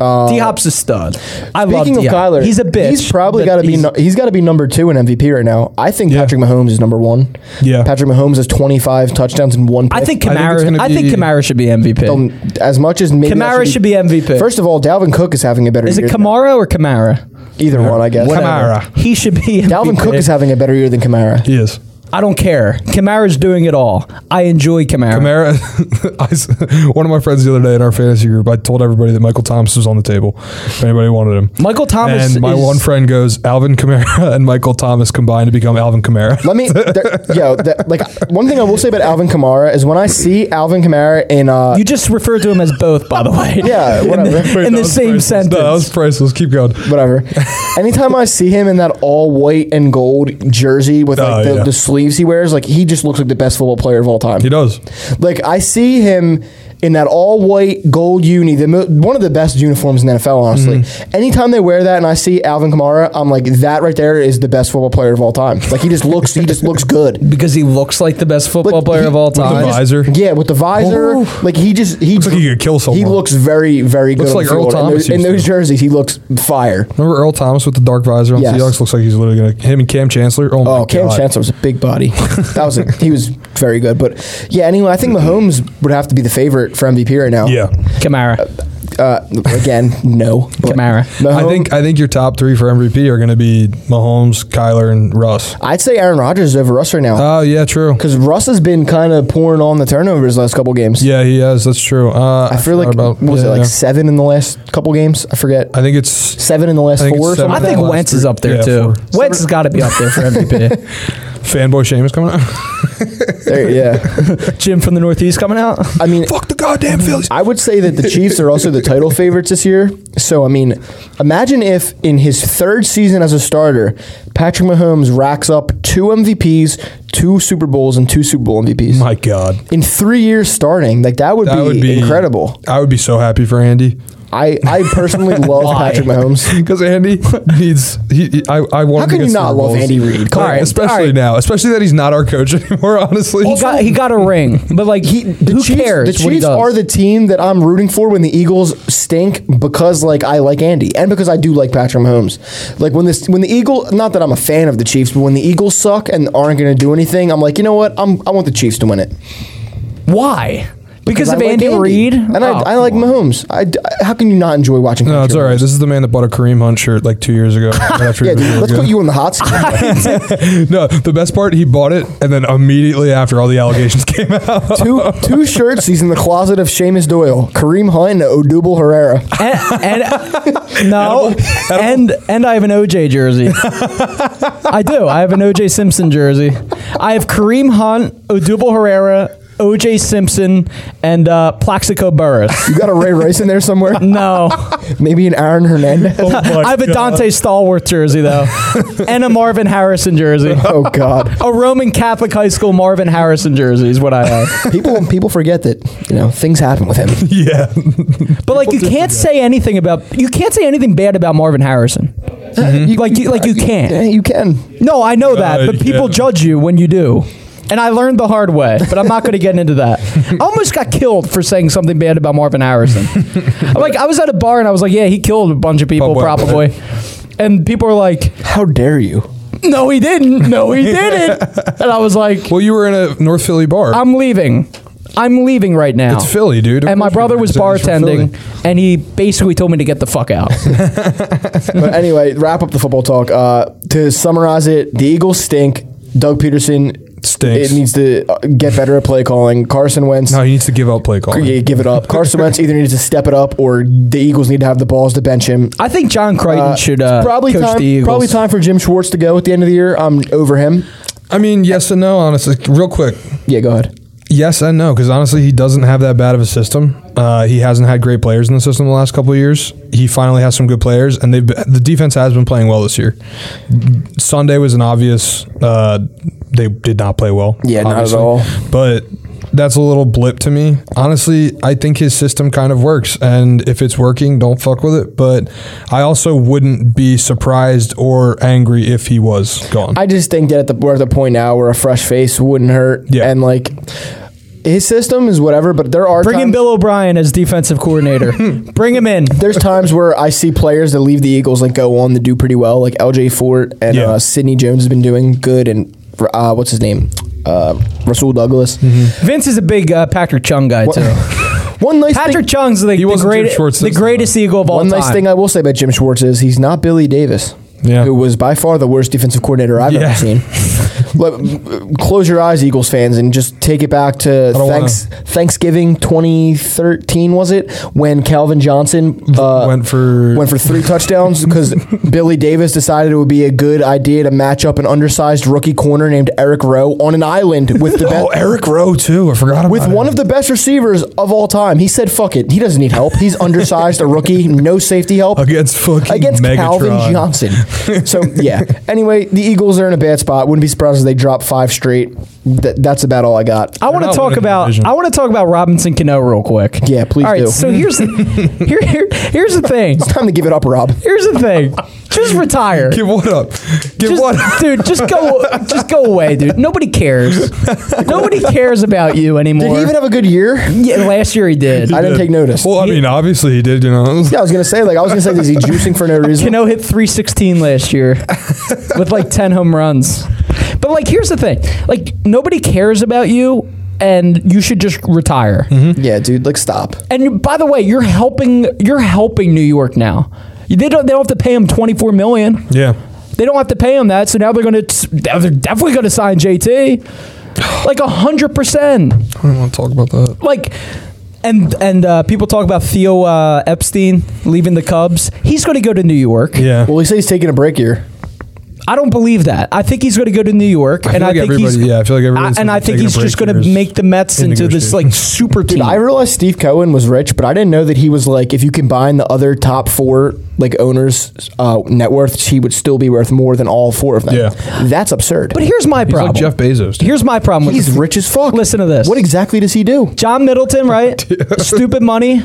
D Hop's a stud. I love
Oh. Speaking of
D-Hop.
Kyler,
he's a bitch.
He's probably
but
got to be.
he's-
nu- he's got to be number two in MVP right now. I think
Yeah.
Patrick Mahomes is number one.
Yeah.
Patrick Mahomes has twenty five touchdowns and one.
I
pick.
think
I think it's
Kamara.
gonna
I think
be-
Kamara should be MVP.
Um, as much as maybe that
Kamara should be MVP.
First of all, Dalvin Cook is having a better.
is it
year than-
Kamara or Kamara?
Either one, I guess.
Whatever.
Whatever. He should be.
Dalvin
MVP.
Cook is having a better year than Kamara.
He is.
I don't care. Kamara's doing it all. I enjoy Kamara.
Kamara, I s one of my friends the other day in our fantasy group, I told everybody that Michael Thomas was on the table if anybody wanted him.
Michael Thomas
and my
is-
one friend goes, Alvin Kamara and Michael Thomas combined to become Alvin Kamara.
Let me, there, yo, that, like one thing I will say about Alvin Kamara is when I see Alvin Kamara in, uh,
You just referred to him as both, by the way.
Yeah,
In
whatever.
the,
Wait,
in
that
the
was
same
priceless.
sentence.
No, that was priceless. Keep going.
whatever. Anytime I see him in that all white and gold jersey with like
Oh,
the,
yeah.
the sleeves he wears, like he just looks like the best football player of all time.
He does.
Like I see him in that all white gold uni, the mo- one of the best uniforms in the NFL, honestly.
Mm-hmm.
Anytime they wear that, and I see Alvin Kamara, I'm like, that right there is the best football player of all time. Like he just looks, he just looks good.
because he looks like the best football
Like,
player
he-
of all
with the
time.
vi- visor.
yeah, with the visor,
Ooh.
like he just he looks
like he could kill someone.
He looks very, very good.
Oh. Looks
on
like
the
Earl
field. In
Thomas
those- in
used
those
to.
jerseys, he looks fire.
Remember Earl Thomas with the dark visor on
Yes.
Seahawks? Looks like he's literally going to him and Cam Chancellor. Oh, my
Oh, Cam
God.
Chancellor was a big body. That was a, he was very good. But yeah, anyway, I think Mahomes would have to be the favorite for MVP right now.
Yeah.
Kamara.
Uh, again, no. But
Kamara.
Mahomes-
I think I think your top three for MVP are going to be Mahomes, Kyler, and Russ.
I'd say Aaron Rodgers is over Russ right now
Oh yeah, true.
because Russ has been kind of pouring on the turnovers last couple games.
Yeah, he has. That's true. Uh,
I feel like
forgot about-
what was
yeah,
it like
yeah.
seven in the last couple games? I forget.
I think it's
Seven in the last
I think
four. Or
it's seven.
I
something. like
think
that.
Wentz is up there
Yeah,
too.
four.
Wentz has got to be up there for MVP.
fanboy Seamus coming out.
There- yeah.
Jim from the Northeast coming out.
I mean,
Fuck the goddamn Phillies.
I would say that the Chiefs are also the title favorites this year. So, I mean, imagine if in his third season as a starter, Patrick Mahomes racks up two MVPs, two Super Bowls, and two Super Bowl MVPs.
My God,
in three years starting, like that would,
that
be,
would be
incredible.
I would be so happy for Andy
I, I personally love
Why?
Patrick Mahomes.
because Andy needs. He, he- I I want.
How
him to
can
get
you
Super
not love
Bowls.
Andy Reid? Come
All
on.
right,
especially
all right.
now, especially that he's not our coach anymore. Honestly,
He got he got a ring, but like he,
The
who
Chiefs,
cares?
The
what he
Chiefs
does?
are the team that I'm rooting for when the Eagles stink because like I like Andy and because I do like Patrick Mahomes. Like when this when the Eagle not that I'm a fan of the Chiefs, but when the Eagles suck and aren't going to do anything, I'm like, "You know what? I'm I want the Chiefs to win it."
why? Because,
I
of
like
Andy, Reid,
And
Oh,
I, I like Mahomes. I d how can you not enjoy watching
no, it's
Patrick
all right.
Mahomes?
This is the man that bought a Kareem Hunt shirt like two years ago. right after he
Yeah,
was
dude,
really
let's put
good.
you in the hot seat.
No, the best part, he bought it, and then immediately after all the allegations came out,
two two shirts he's in the closet of Seamus Doyle, Kareem Hunt, and Odubel Herrera.
and, and no, and and I have an OJ jersey. I do. I have an OJ Simpson jersey. I have Kareem Hunt, Odubel Herrera, OJ Simpson, and uh, Plaxico Burris.
You got a Ray Rice in there somewhere?
No,
Maybe an Aaron Hernandez.
I have a Dante Stallworth jersey though, and a Marvin Harrison jersey.
oh god.
A Roman Catholic high school Marvin Harrison jersey is what I have.
people people forget that you know things happen with him.
yeah,
But like you can't say anything about you can't say anything bad about Marvin Harrison. You, like you like you can't.
Yeah, you can.
No, I know that,
Uh,
but people
yeah.
judge you when you do. And I learned the hard way, but I'm not going to get into that. I almost got killed for saying something bad about Marvin Harrison. I'm like, I was at a bar and I was like, yeah, he killed a bunch of people
Probably.
probably. And people are like,
How dare you?
no, he didn't. No, he didn't. And I was like,
Well, you were in a North Philly bar.
I'm leaving. I'm leaving right now.
It's Philly, dude. Of
And my
course
brother
you're
was
representing
bartending, and he basically told me to get the fuck out.
but anyway, wrap up the football talk. Uh, to summarize it, the Eagles stink. Doug Peterson
Stinks.
It needs to uh, get better at play calling. Carson Wentz.
no, he needs to give up play calling.
Yeah, give it up. Carson Wentz either needs to step it up, or the Eagles need to have the balls to bench him.
I think John Crichton
Uh,
should uh,
probably
coach
time,
the Eagles.
probably time for Jim Schwartz to go at the end of the year. I'm over him.
I mean, yes and no, honestly. Real quick.
Yeah, go ahead.
Yes and no, because honestly, he doesn't have that bad of a system. Uh, he hasn't had great players in the system the last couple of years. He finally has some good players, and they the defense has been playing well this year. Sunday was an obvious; uh, they did not play well.
Yeah, not at
obviously.
all.
But that's a little blip to me. Honestly, I think his system kind of works, and if it's working, don't fuck with it. But I also wouldn't be surprised or angry if he was gone.
I just think that at the, we're at the point now where a fresh face wouldn't hurt.
Yeah.
and like his system is whatever, but there are
Bring in
times-
Bill O'Brien as defensive coordinator. Bring him in.
There's times where I see players that leave the Eagles and go on to do pretty well, like L.J. Fort and
Yeah.
uh, Sidney Jones has been doing good, and uh, what's his name, uh, Rasul Douglas.
Vince is a big uh, Patrick Chung guy too.
One nice
Patrick
thing,
Chung's the, the,
wasn't Jim
great,
Schwartz's,
the
though.
greatest Eagle of all
one
time.
nice thing I will say about Jim Schwartz is he's not Billy Davis,
Yeah.
who was by far the worst defensive coordinator I've
Yeah.
ever seen. Let, close your eyes, Eagles fans, and just take it back to
don't
thanks, Thanksgiving 2013 was it when Calvin Johnson uh,
went for
went for three touchdowns because Billy Davis decided it would be a good idea to match up an undersized rookie corner named Eric Rowe on an island with the best.
oh Eric Rowe too. I forgot about
With
him.
one of the best receivers of all time, he said, "Fuck it, he doesn't need help. He's undersized, a rookie, no safety help
against fucking
against
Megatron.
Calvin Johnson." So yeah. Anyway, the Eagles are in a bad spot. Wouldn't be surprised if they drop five straight. Th- that's about all I got.
I want to
not
talk
winning the
about
division.
I want to talk about Robinson Cano real quick.
Yeah, please
All right,
do.
so here's the, here, here here's the thing.
Time to give it up, Rob.
Here's the thing. Just retire.
Give what up? Give
Just-
what up?
dude, just go just go away, dude. Nobody cares. Nobody cares about you anymore.
Did he even have a good year?
yeah, last year he did.
I didn't take notice.
Well, I mean, obviously he did. You know,
yeah, I was gonna say like I was gonna say is he juicing for no reason?
Cano hit 316 last year with like 10 home runs. But like here's the thing. Like nobody cares about you and you should just retire.
Yeah, dude, like stop.
And you- by the way, you're helping you're helping New York now. They don't they don't have to pay him 24 million.
yeah.
They don't have to pay him that, so now they're going to they're definitely going to sign JT. Like 100%.
I don't want to talk about that.
like and and uh, people talk about Theo uh, Epstein leaving the Cubs. He's going to go to New York.
Yeah.
Well, he said he's taking a break here.
I don't believe that. I think he's going to go to New York,
feel
and
like
I think he's
everybody- yeah, I feel like everybody's
I- and I think
taking a
he's
break
just going
here is
to make the Mets
in
into this like super team.
Dude, I realized Steve Cohen was rich, but I didn't know that he was like if you combine the other top four like owners' uh, net worths, he would still be worth more than all four of them.
Yeah.
that's absurd.
but here's my
He's
problem.
like Jeff Bezos.
here's my problem. with
he's
this.
rich as fuck.
Listen to this.
What exactly does he do?
John Middleton, right? Stupid money.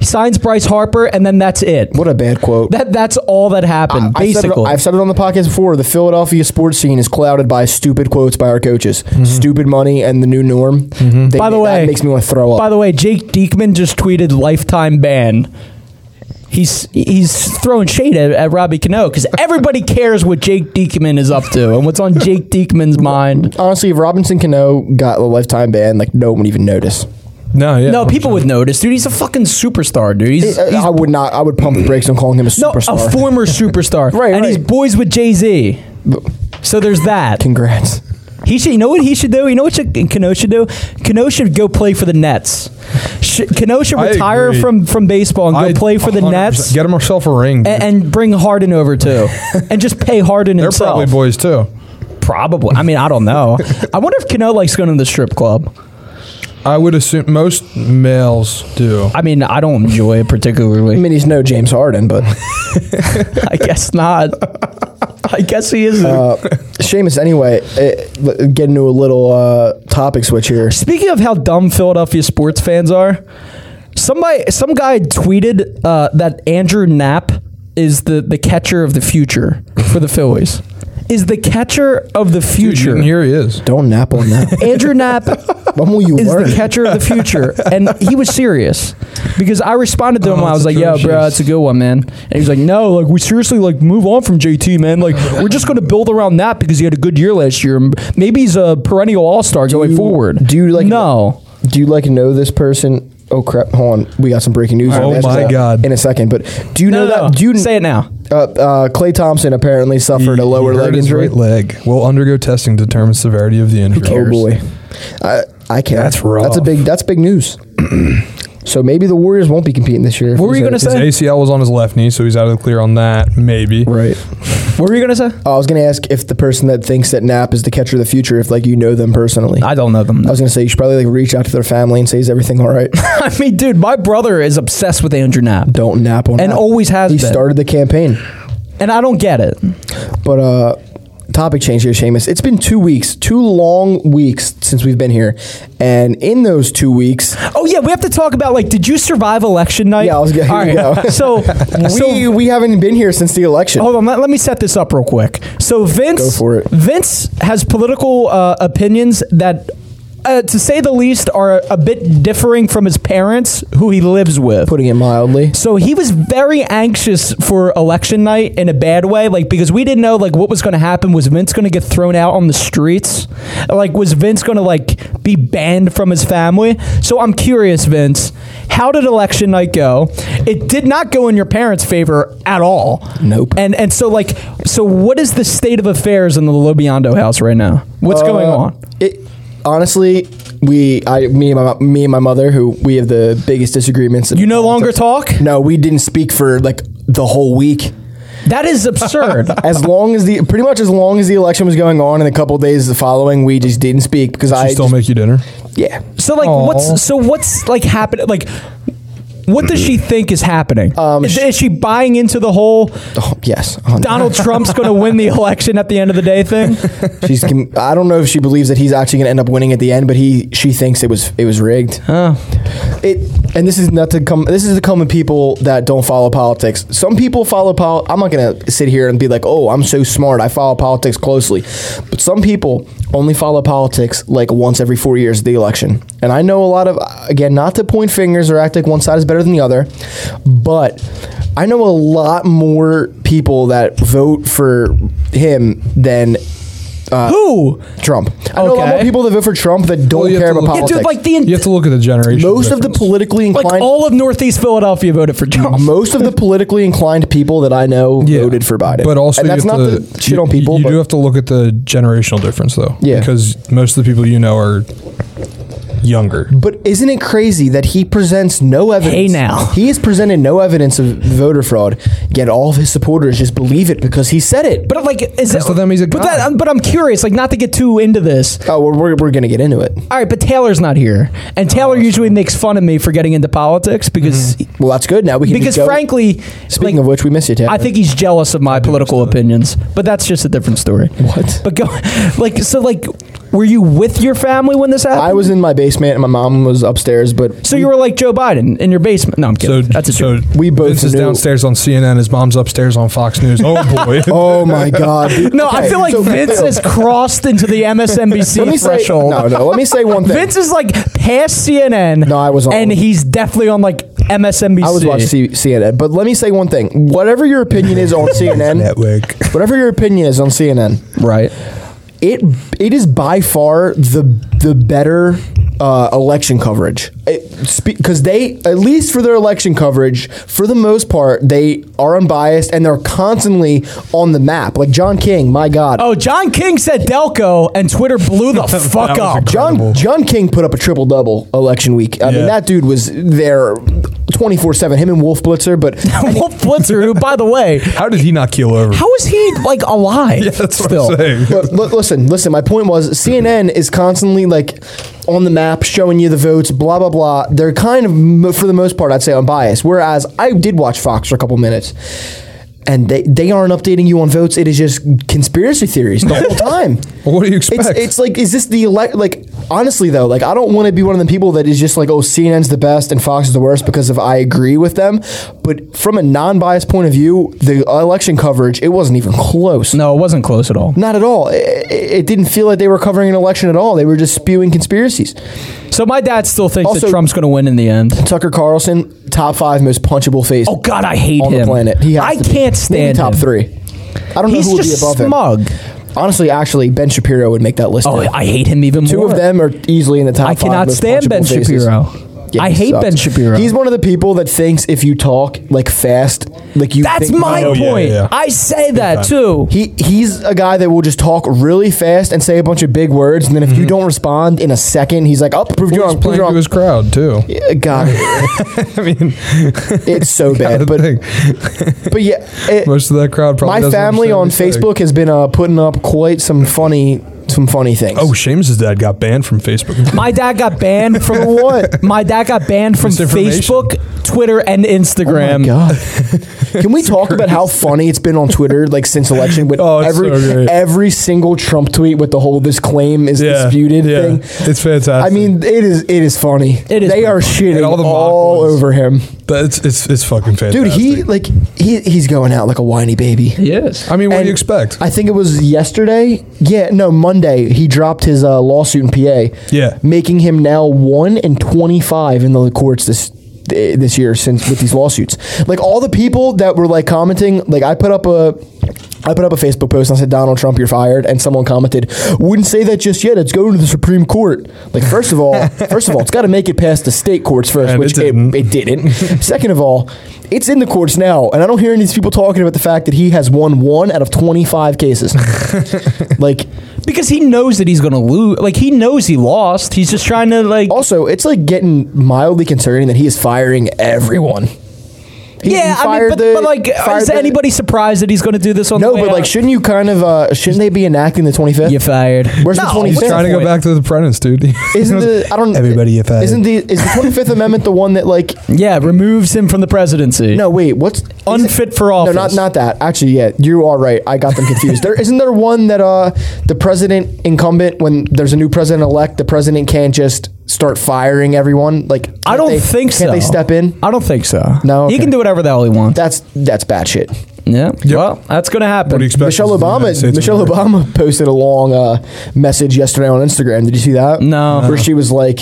He signs Bryce Harper, and then that's it.
What a bad quote.
That that's all that happened.
I've said it-
basically,
I've said it on the podcast before. The Philadelphia sports scene is clouded by stupid quotes by our coaches, stupid money, and the new norm. They-
Mm-hmm. By the way,
that makes me want to throw up.
By the way, Jake Diekman just tweeted lifetime ban. He's he's throwing shade at, at Robbie Cano because everybody cares what Jake Diekman is up to and what's on Jake Diekman's mind.
Honestly, if Robinson Cano got a lifetime ban, like no one would even notice.
No, yeah.
No, people would notice, dude. He's a fucking superstar, dude. He's,
I- I would not. I would pump the brakes on calling him a
no,
uh, superstar.
a former superstar,
Right,
And
right.
he's boys with Jay Z. So there's that.
Congrats.
He should. You know what he should do? You know what should, Cano should do? Cano should go play for the Nets. Should, Cano should
I
retire
agree.
from from baseball and go
I-
play for the
100%.
Nets.
Get him herself a ring. dude.
and, and bring Harden over too, and just pay Harden
They're
himself.
probably boys too.
Probably. I mean, I don't know. I wonder if Cano likes going to the strip club.
I would assume most males do.
I mean, I don't enjoy it
I
particularly.
mean, he's no James Harden, but
I guess not. I guess he is.
uh, Seamus. Anyway, eh, l- get into a little uh, topic switch here.
Speaking of how dumb Philadelphia sports fans are, somebody, some guy tweeted uh, that Andrew Knapp is the the catcher of the future for the Phillies. is the catcher of the
Dude,
future.
here he is.
Don't nap on that.
Andrew Knapp
when will you
is
learn?
the catcher of the future. And he was serious because I responded to him.
Oh,
I was
that's
like, yo,
atrocious.
bro, that's a good one, man. And he was like, no, like, we seriously, like, move on from JT, man. Like, we're just going to build around that because he had a good year last year. Maybe he's a perennial all star going
you-
forward.
do you, like,
No.
Do you like know this person? Oh crap! Hold on, we got some breaking news.
Oh,
We'll ask
my
that
God.
In a second, but do you
No,
know
no, no.
that? Do you
say it now.
Uh, uh, Clay Thompson apparently suffered a lower
He hurt
leg
his
injury.
right leg. Will undergo testing to determine severity of the injury.
Oh boy, I, I can't.
That's rough.
That's a big. That's big news. so maybe the Warriors won't be competing this year. if
What were
he's
you
out
gonna
of
say?
His ACL was on his left knee, so he's out of the clear on that. Maybe.
Right.
What were you going to say?
I was going to ask if the person that thinks that Nap is the catcher of the future, if like you know them personally. I,
I don't know them.
was going to say you should probably like reach out to their family and say, "Is everything all right?"
I mean, dude, my brother is obsessed with Andrew Knapp.
Don't nap on
And
Nap.
always has
He
been.
started the campaign,
And I don't get it.
but uh. Topic change here, Seamus. It's been two weeks, two long weeks since we've been here, and in those two weeks,
Oh yeah, we have to talk about like, did you survive election night?
Yeah, I was gonna-
All
here we
right,
go.
So,
we
so
we haven't been here since the election.
hold on. Let, let me set this up real quick. So Vince,
Go for it.
Vince has political uh, opinions that. Uh, to say the least, are a bit differing from his parents, who he lives with.
Putting it mildly,
So he was very anxious for election night in a bad way, like because we didn't know like what was going to happen. Was Vince going to get thrown out on the streets? Like was Vince going to like be banned from his family? So I'm curious, Vince, how did election night go? It did not go in your parents' favor at all.
Nope.
And and so like so what is the state of affairs in the Lobiondo house right now? What's going
Uh,
on?
It, honestly, we, I, me and my, me and my mother, who we have the biggest disagreements.
You no longer talk?
No, we didn't speak for like the whole week.
That is absurd.
As long as the pretty much as long as the election was going on, and a couple days the following, we just didn't speak because I
She still
just-
make you dinner.
yeah.
So like,
Aw.
what's so what's like happening? Like, what does she think is happening? is, is she buying into the whole
Oh, yes, Oh, no.
Donald Trump's going to win the election at the end of the day thing?
She's. com- I don't know if she believes that he's actually going to end up winning at the end, but he she thinks it was it was rigged. It and this is not to come. This is to come with people that don't follow politics. Some people follow pol. I'm not going to sit here and be like, oh, I'm so smart. I follow politics closely, but some people only follow politics like once every four years of the election. And I know a lot of again, not to point fingers or act like one side is better than the other, but I know a lot more people that vote for him than
Who?
Trump. I know a lot
Okay.
more people that vote for Trump that don't
Well, you have
care
to
about
look-
Yeah,
politics.
dude, like the
You have to look at the generation.
most of the
difference.
politically
like
inclined,
all of Northeast Philadelphia voted for Trump.
most of the politically inclined people that I know
Yeah.
voted for Biden.
But also,
and that's
you
not
have
to,
to,
shit
you-
on people.
You
but
do have to look at the generational difference, though.
Yeah.
Because most of the people you know are younger.
but isn't it crazy that he presents no evidence?
Hey, now.
he has presented no evidence of voter fraud. Yet all of his supporters just believe it because he said it.
But like, is
Because
it-
to them, he's a
but
god.
that, um, but I'm curious, like, not to get too into this.
Oh, we're, we're, we're gonna get into it.
All right, but Taylor's not here, and Taylor usually makes fun of me for getting into politics because
Well, that's good. Now we can
because
just go.
frankly,
speaking
like,
of which, we miss you, Taylor.
I think he's jealous of my political opinions, but that's just a different story.
What?
But go, like, so, like, were you with your family when this happened?
I was in my basement and my mom was upstairs, but
So you were like Joe Biden in your basement? No, I'm
So,
kidding. that's a
so
joke.
We both
Vince is
knew-
downstairs on CNN. His mom's upstairs on Fox News. Oh boy.
oh my god.
No,
Okay,
I feel like
so-
Vince has crossed into the
Let me
MSNBC
say
threshold.
no, no. Let me say one thing.
Vince is like past CNN.
No, I was on-
and he's definitely on like MSNBC.
I was watching C- CNN, but let me say one thing. Whatever your opinion is on CNN,
Network.
whatever your opinion is on CNN,
right.
it it is by far the the better uh, election coverage because they at least for their election coverage for the most part they are unbiased and they're constantly on the map like John King my god
Oh, John King said Delco, and Twitter blew the fuck
was
up.
incredible.
John
Incredible.
John King put up a triple double election week I mean
Yeah.
that dude was there twenty four seven him and Wolf Blitzer but
Wolf Blitzer, who, by the way,
How did he not keel over?
how is he like alive?
yeah, that's
still.
what I'm saying.
but, but listen, listen. My point was CNN is constantly like on the map, showing you the votes, blah blah blah. They're kind of, m- for the most part, I'd say unbiased. Whereas I did watch Fox for a couple minutes. and they, they aren't updating you on votes. It is just conspiracy theories the whole time.
Well, what do you expect?
It's, it's like, is this the elect? Like, honestly though, like I don't want to be one of the people that is just like, oh, CNN's the best and Fox is the worst because of I agree with them. But from a non-biased point of view, the election coverage it wasn't even close.
No, it wasn't close at all.
Not at all. It, it, it didn't feel like they were covering an election at all. They were just spewing conspiracies.
So my dad still thinks
Also-
that Trump's going to win in the end.
Tucker Carlson, top five most punchable face
Oh God, I hate
on
him.
the planet. He has
I
to be.
can't
Maybe
stand
top
him.
three. I don't know
He's
who would be
just
above
smug.
him. Honestly, actually, Ben Shapiro would make that list.
Oh,
too.
I hate him even
Two
more.
of them are easily in the top.
I
five
cannot
most
stand Ben
punchable faces.
Shapiro.
Yeah,
I
he
hate
sucks.
Ben Shapiro.
He's one of the people that thinks if you talk like fast, like you.
That's
think-
my
Oh, yeah,
point.
yeah, yeah.
I say that
time.
too.
He he's a guy that will just talk really fast and say a bunch of big words, and then if you don't respond in a second, he's like, "Oh, prove you
Well,
wrong,
he's
prove
Mm-hmm. playing
you
to
wrong."
his crowd too.
Yeah, God,
I mean,
it's so bad. But
thing.
but yeah, it-
most of that crowd probably.
my
doesn't
family on
understand what
Facebook has been uh, putting up quite some funny some funny things.
he's saying. Oh, Seamus' dad got banned from Facebook.
My dad got banned from what? My dad got banned from
Misinformation.
Facebook, Twitter, and
Oh
Instagram.
my God. Can we talk about how funny it's been on Twitter like since election with
Oh, it's
every
so great.
every single Trump tweet with the whole this claim is disputed
yeah.
thing?
It's fantastic.
I mean, it is it is funny.
It is
they
pretty
are shitting
And all
all,
the mock ones.
over him.
But it's it's it's fucking fantastic,
Dude, he like he he's going out like a whiny baby.
Yes.
I mean, what do
and
you expect?
I think it was yesterday. Yeah, no, Monday. He dropped his uh, lawsuit in PA.
Yeah.
making him now one and twenty-five in the courts this this year since with these lawsuits. Like all the people that were like commenting, like I put up a. I put up a Facebook post and I said, Donald Trump, you're fired. And someone commented, wouldn't say that just yet. It's going to the Supreme Court. Like, first of all, first of all, it's got to make it past the state courts first,
And it
which it,
didn't.
it didn't. Second of all, it's in the courts now, and I don't hear any of these people talking about the fact that he has won one out of 25 cases. like,
because he knows that he's going to lose. Like he knows he lost. He's just trying to like.
also, it's like getting mildly concerning that he is firing everyone. He- he
yeah, I mean,
fired
but,
the-
but like,
fired
is
the-
anybody surprised that he's going to do this on the
No,
way
but like,
out?
shouldn't you kind of, uh, shouldn't they be enacting the 25th?
you fired.
Where's the
No,
25th?
what's
Trying to go
point?
back to the apprentice, dude.
Isn't the I don't
Everybody if I-
isn't the is the twenty fifth amendment the one that like
Yeah, removes him from the presidency.
no wait what's is it-
Unfit for
no
office.
not not that actually yeah you are right I got them confused there isn't there one that uh the president incumbent when there's a new president elect the president can't just start firing everyone like
I
can't
don't
they-
think so.
can't they step in
I don't think so.
No,
he
okay.
can do whatever the hell he wants.
that's that's bad shit
yeah. Well, that's going to happen.
What do you expect?
Michelle
This is the United States
Obama
Oh, of
Michelle
America.
Obama posted a long uh, message yesterday on Instagram did you see that
No.
where she was like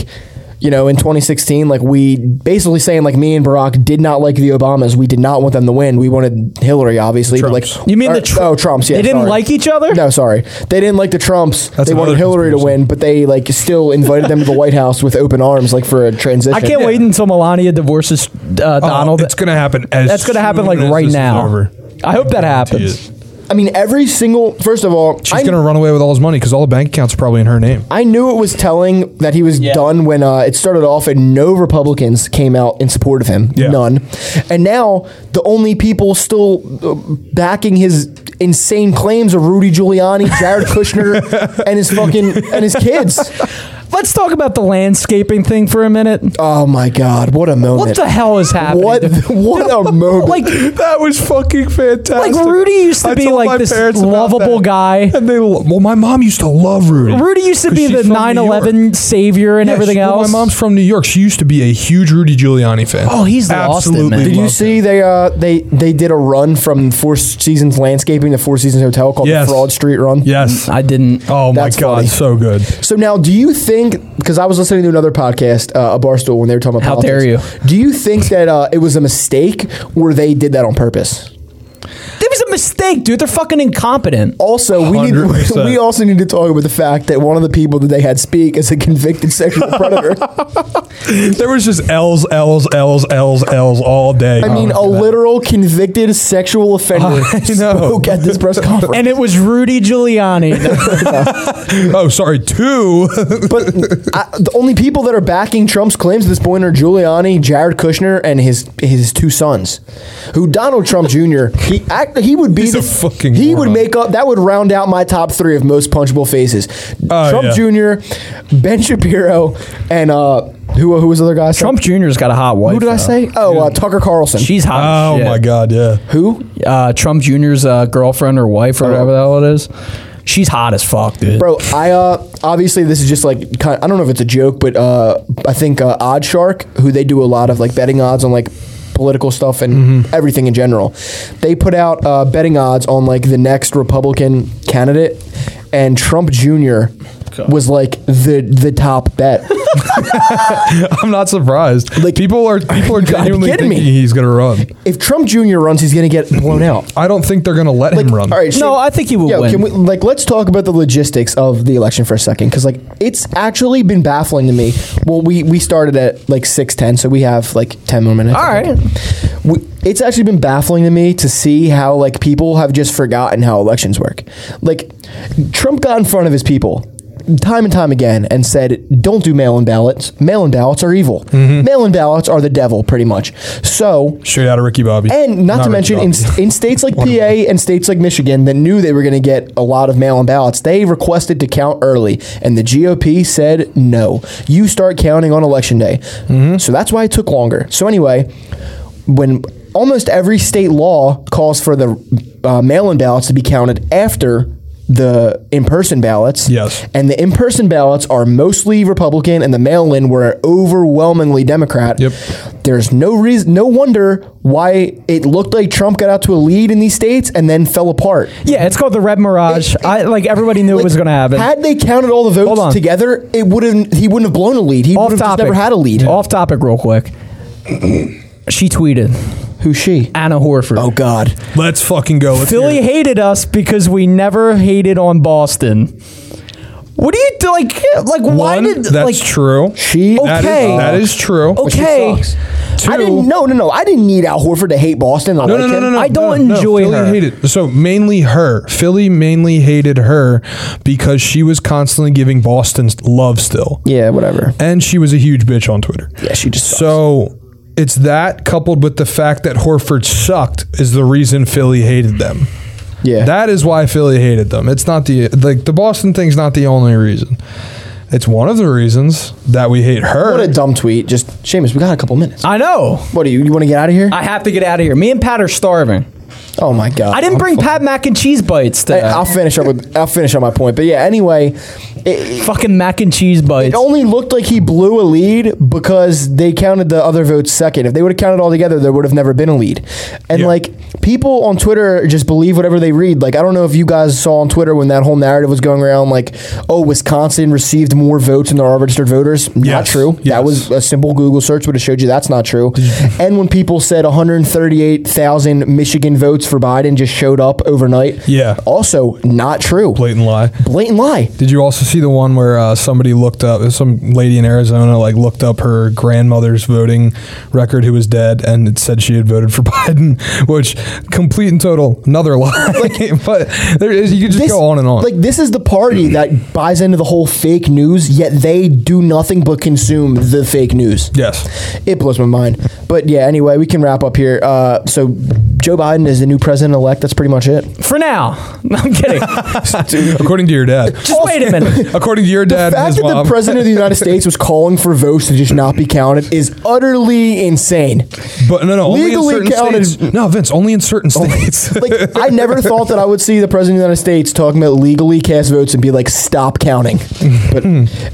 you know in 2016 like we basically saying like me and Barack did not like the Obamas we did not want them to win we wanted Hillary obviously but like
Trumps.
You mean
or-
the Tr-
oh Trumps yeah
They didn't
sorry.
like each other.
no sorry they didn't like the Trumps
That's
they wanted
another
Hillary to
conspiracy.
win but they like still invited them to the White House with open arms like for a transition
I can't wait until Melania divorces uh,
Oh,
Donald.
it's gonna happen. As
That's going to happen
soon
like
as
right
this is
now.
over.
I hope that
She
happens.
is.
I mean every single first of all
She's
I-
gonna run away with all his money because all the bank accounts are probably in her name.
I knew it was telling that he was done when uh, it started off and no Republicans came out in support of him.
Yeah.
None. And now the only people still uh, backing his insane claims are Rudy Giuliani, Jared Kushner, and his fucking and his kids.
Let's talk about the landscaping thing for a minute.
Oh my God! What a moment!
What the hell is happening?
What Oh, what a moment!
Like,
That was fucking fantastic.
like Rudy used to
I
be
told my
like this
parents about
lovable
that.
guy.
And they lo- well, my mom used to love Rudy.
Rudy used to
'Cause
be
she's
the
from New
9/11
York.
savior and
Yeah,
everything
she- well,
else.
My mom's from New York. She used to be a huge Rudy Giuliani fan.
Oh, he's lost it,
absolutely.
man.
Did you
loved
see they uh they they did a run from Four Seasons Landscaping to Four Seasons Hotel called
Yes.
the Fraud Street Run?
it. Yes.
I didn't.
oh my
That's
god,
funny.
so good.
So now, do you think? Because I was listening to another podcast, uh, a barstool, when they were talking about
How
politics.
dare
you? Do you think that uh, it was a mistake or they did that on purpose?
It was a mistake, dude. They're fucking incompetent.
Also, we need
100%.
we also need to talk about the fact that one of the people that they had speak is a convicted sexual predator.
There was just L's, L's, L's, L's, L's all day.
I mean, a literal convicted sexual offender
Oh, I know.
spoke at this press conference.
And it was Rudy Giuliani.
oh, sorry, two.
but I, the only people that are backing Trump's claims at this point are Giuliani, Jared Kushner, and his his two sons, who Donald Trump Jr. He act, he would be
He's
the,
a fucking
he would
moron.
make up that would round out my top three of most punchable faces:
Oh,
Trump
yeah.
Jr., Ben Shapiro, and uh, Who who was the other guy? I said?
Trump Jr.'s got a hot wife.
Who did I
though.
say? Oh, uh, Tucker Carlson.
She's hot.
Oh
as shit.
my god, yeah.
who?
Uh, Trump Jr.'s uh, girlfriend or wife or
Oh.
whatever the hell it is. She's hot as fuck, dude.
Bro, I uh, obviously this is just like kind I don't know if it's a joke, but uh, I think uh, Odd Shark, who they do a lot of like betting odds on like political stuff and everything in general, they put out uh, betting odds on like the next Republican candidate, and Trump Jr. was like the the top bet.
I'm not surprised.
Like-
Like people are people are
You gotta be
genuinely
kidding
thinking
me.
he's gonna run.
if Trump Jr. runs, he's gonna get blown out.
I don't think they're gonna let
Like,
him run.
All right,
No, I think he will
Yo,
win.
Can we, like, let's talk about the logistics of the election for a second, because like it's actually been baffling to me. Well, we we started at like six ten, so we have like ten more minutes.
All
I think. We, it's actually been baffling to me to see how like people have just forgotten how elections work. Like, Trump got in front of his people. Time and time again, and said, "Don't do mail-in ballots. Mail-in ballots are evil.
Mm-hmm.
Mail-in ballots are the devil, pretty much." So
Straight out of Ricky Bobby.
and not,
Ricky
to mention, in,
Bobby.
in states like PA
One of them.
and states like Michigan that knew they were going to get a lot of mail in ballots, they requested to count early. And the GOP said, no, you start counting on election day. So that's why it took longer. So, anyway, when almost every state law calls for the uh, mail in ballots to be counted after the in person ballots.
Yes.
And the in person ballots are mostly Republican, and the mail in were overwhelmingly Democrat.
Yep.
There's no reason, no wonder why it looked like Trump got out to a lead in these states and then fell apart.
yeah, it's called the Red Mirage. I like everybody knew it was
Like,
going to happen.
Had they counted all the
Hold
votes
on.
together, it wouldn't. He wouldn't have blown a lead. He would
Off
have just
topic.
never had a lead.
Off topic, real quick. She tweeted
Who's she?
Anna Horford.
Oh God.
let's fucking go. Let's
Philly
hear it.
hated us because we never hated on Boston. What do you do? Like, like why
One,
did
that's
like
true.
She-
That is-
Okay.
that is true.
Okay.
sucks. I
Two-
didn't. No, no, no. I didn't need Al Horford to hate Boston. I
No,
like
no, no,
him.
no, no.
I don't
no, no.
enjoy
Philly
her.
Hated, so mainly her. Philly mainly hated her because she was constantly giving Boston love still,
Yeah, whatever.
and she was a huge bitch on Twitter.
Yeah, she just. sucks.
So it's that coupled with the fact that Horford sucked is the reason Philly hated them.
yeah.
That is why Philly hated them. It's not the like the Boston thing's not the only reason. It's one of the reasons that we hate her.
what a dumb tweet. Just Seamus, we got a couple minutes.
I know.
What do you? You want to get out of here?
I have to get out of here. Me and Pat are starving.
oh my God.
I didn't bring Pat mac and cheese bites today.
I'll finish up with. I'll finish on my point. But yeah. Anyway. It,
Fucking mac and cheese bites.
It only looked like he blew a lead because they counted the other votes second. If they would have counted all together, there would have never been a lead. And
Yeah.
like people on Twitter just believe whatever they read. Like I don't know if you guys saw on Twitter when that whole narrative was going around, like, oh, Wisconsin received more votes than their registered voters. Not
Yes.
true. That
Yes.
was a simple Google search would have showed you that's not true. and when people said 138,000 Michigan votes for Biden just showed up overnight.
Yeah.
Also not true.
blatant lie.
Blatant lie.
Did you also see the one where uh, somebody looked up some lady in Arizona like looked up her grandmother's voting record who was dead and it said she had voted for Biden, which complete and total another lie. but there is you could just
This-
go on and on.
Like this is the party that buys into the whole fake news, yet they do nothing but consume the fake news.
yes.
It blows my mind. But yeah, anyway, we can wrap up here. Uh, so Joe Biden is the new president elect. That's pretty much it.
For now. No, I'm kidding.
According to your dad.
Just wait a minute.
According to your
The
dad and
fact
his
that
mom.
the president of the United States was calling for votes to just not be counted is utterly insane.
but no, no, only in
legally
certain
counted- Oh
states. No, Vince, only in certain states.
Like I never thought that I would see the president of the United States talking about legally cast votes and be like, "Stop counting." But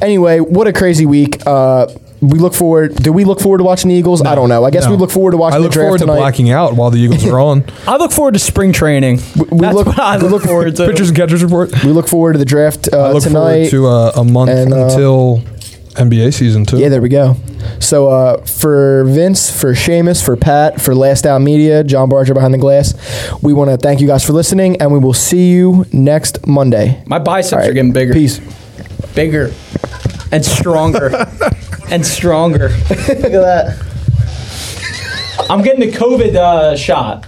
anyway, what a crazy week. Uh, we look forward. Do we look forward to watching the Eagles? I don't know. I guess
No.
we look forward to watching
I
the
look
draft
forward
tonight.
to blacking out while the Eagles are on.
I look forward to spring training.
we
That's
look-
what I
we
look forward to.
Pitchers and catchers report.
we look forward to the draft
I
uh,
look
tonight.
forward to uh, a month
and, uh,
until NBA season too.
yeah, there we go. So uh, for Vince, for Seamus, for Pat, for Last Out Media, John Barger behind the glass, we want to thank you guys for listening, and we will see you next Monday.
My biceps
All right.
are getting bigger.
Peace.
Bigger. And stronger. and stronger.
Look at that.
I'm getting the COVID uh, shot.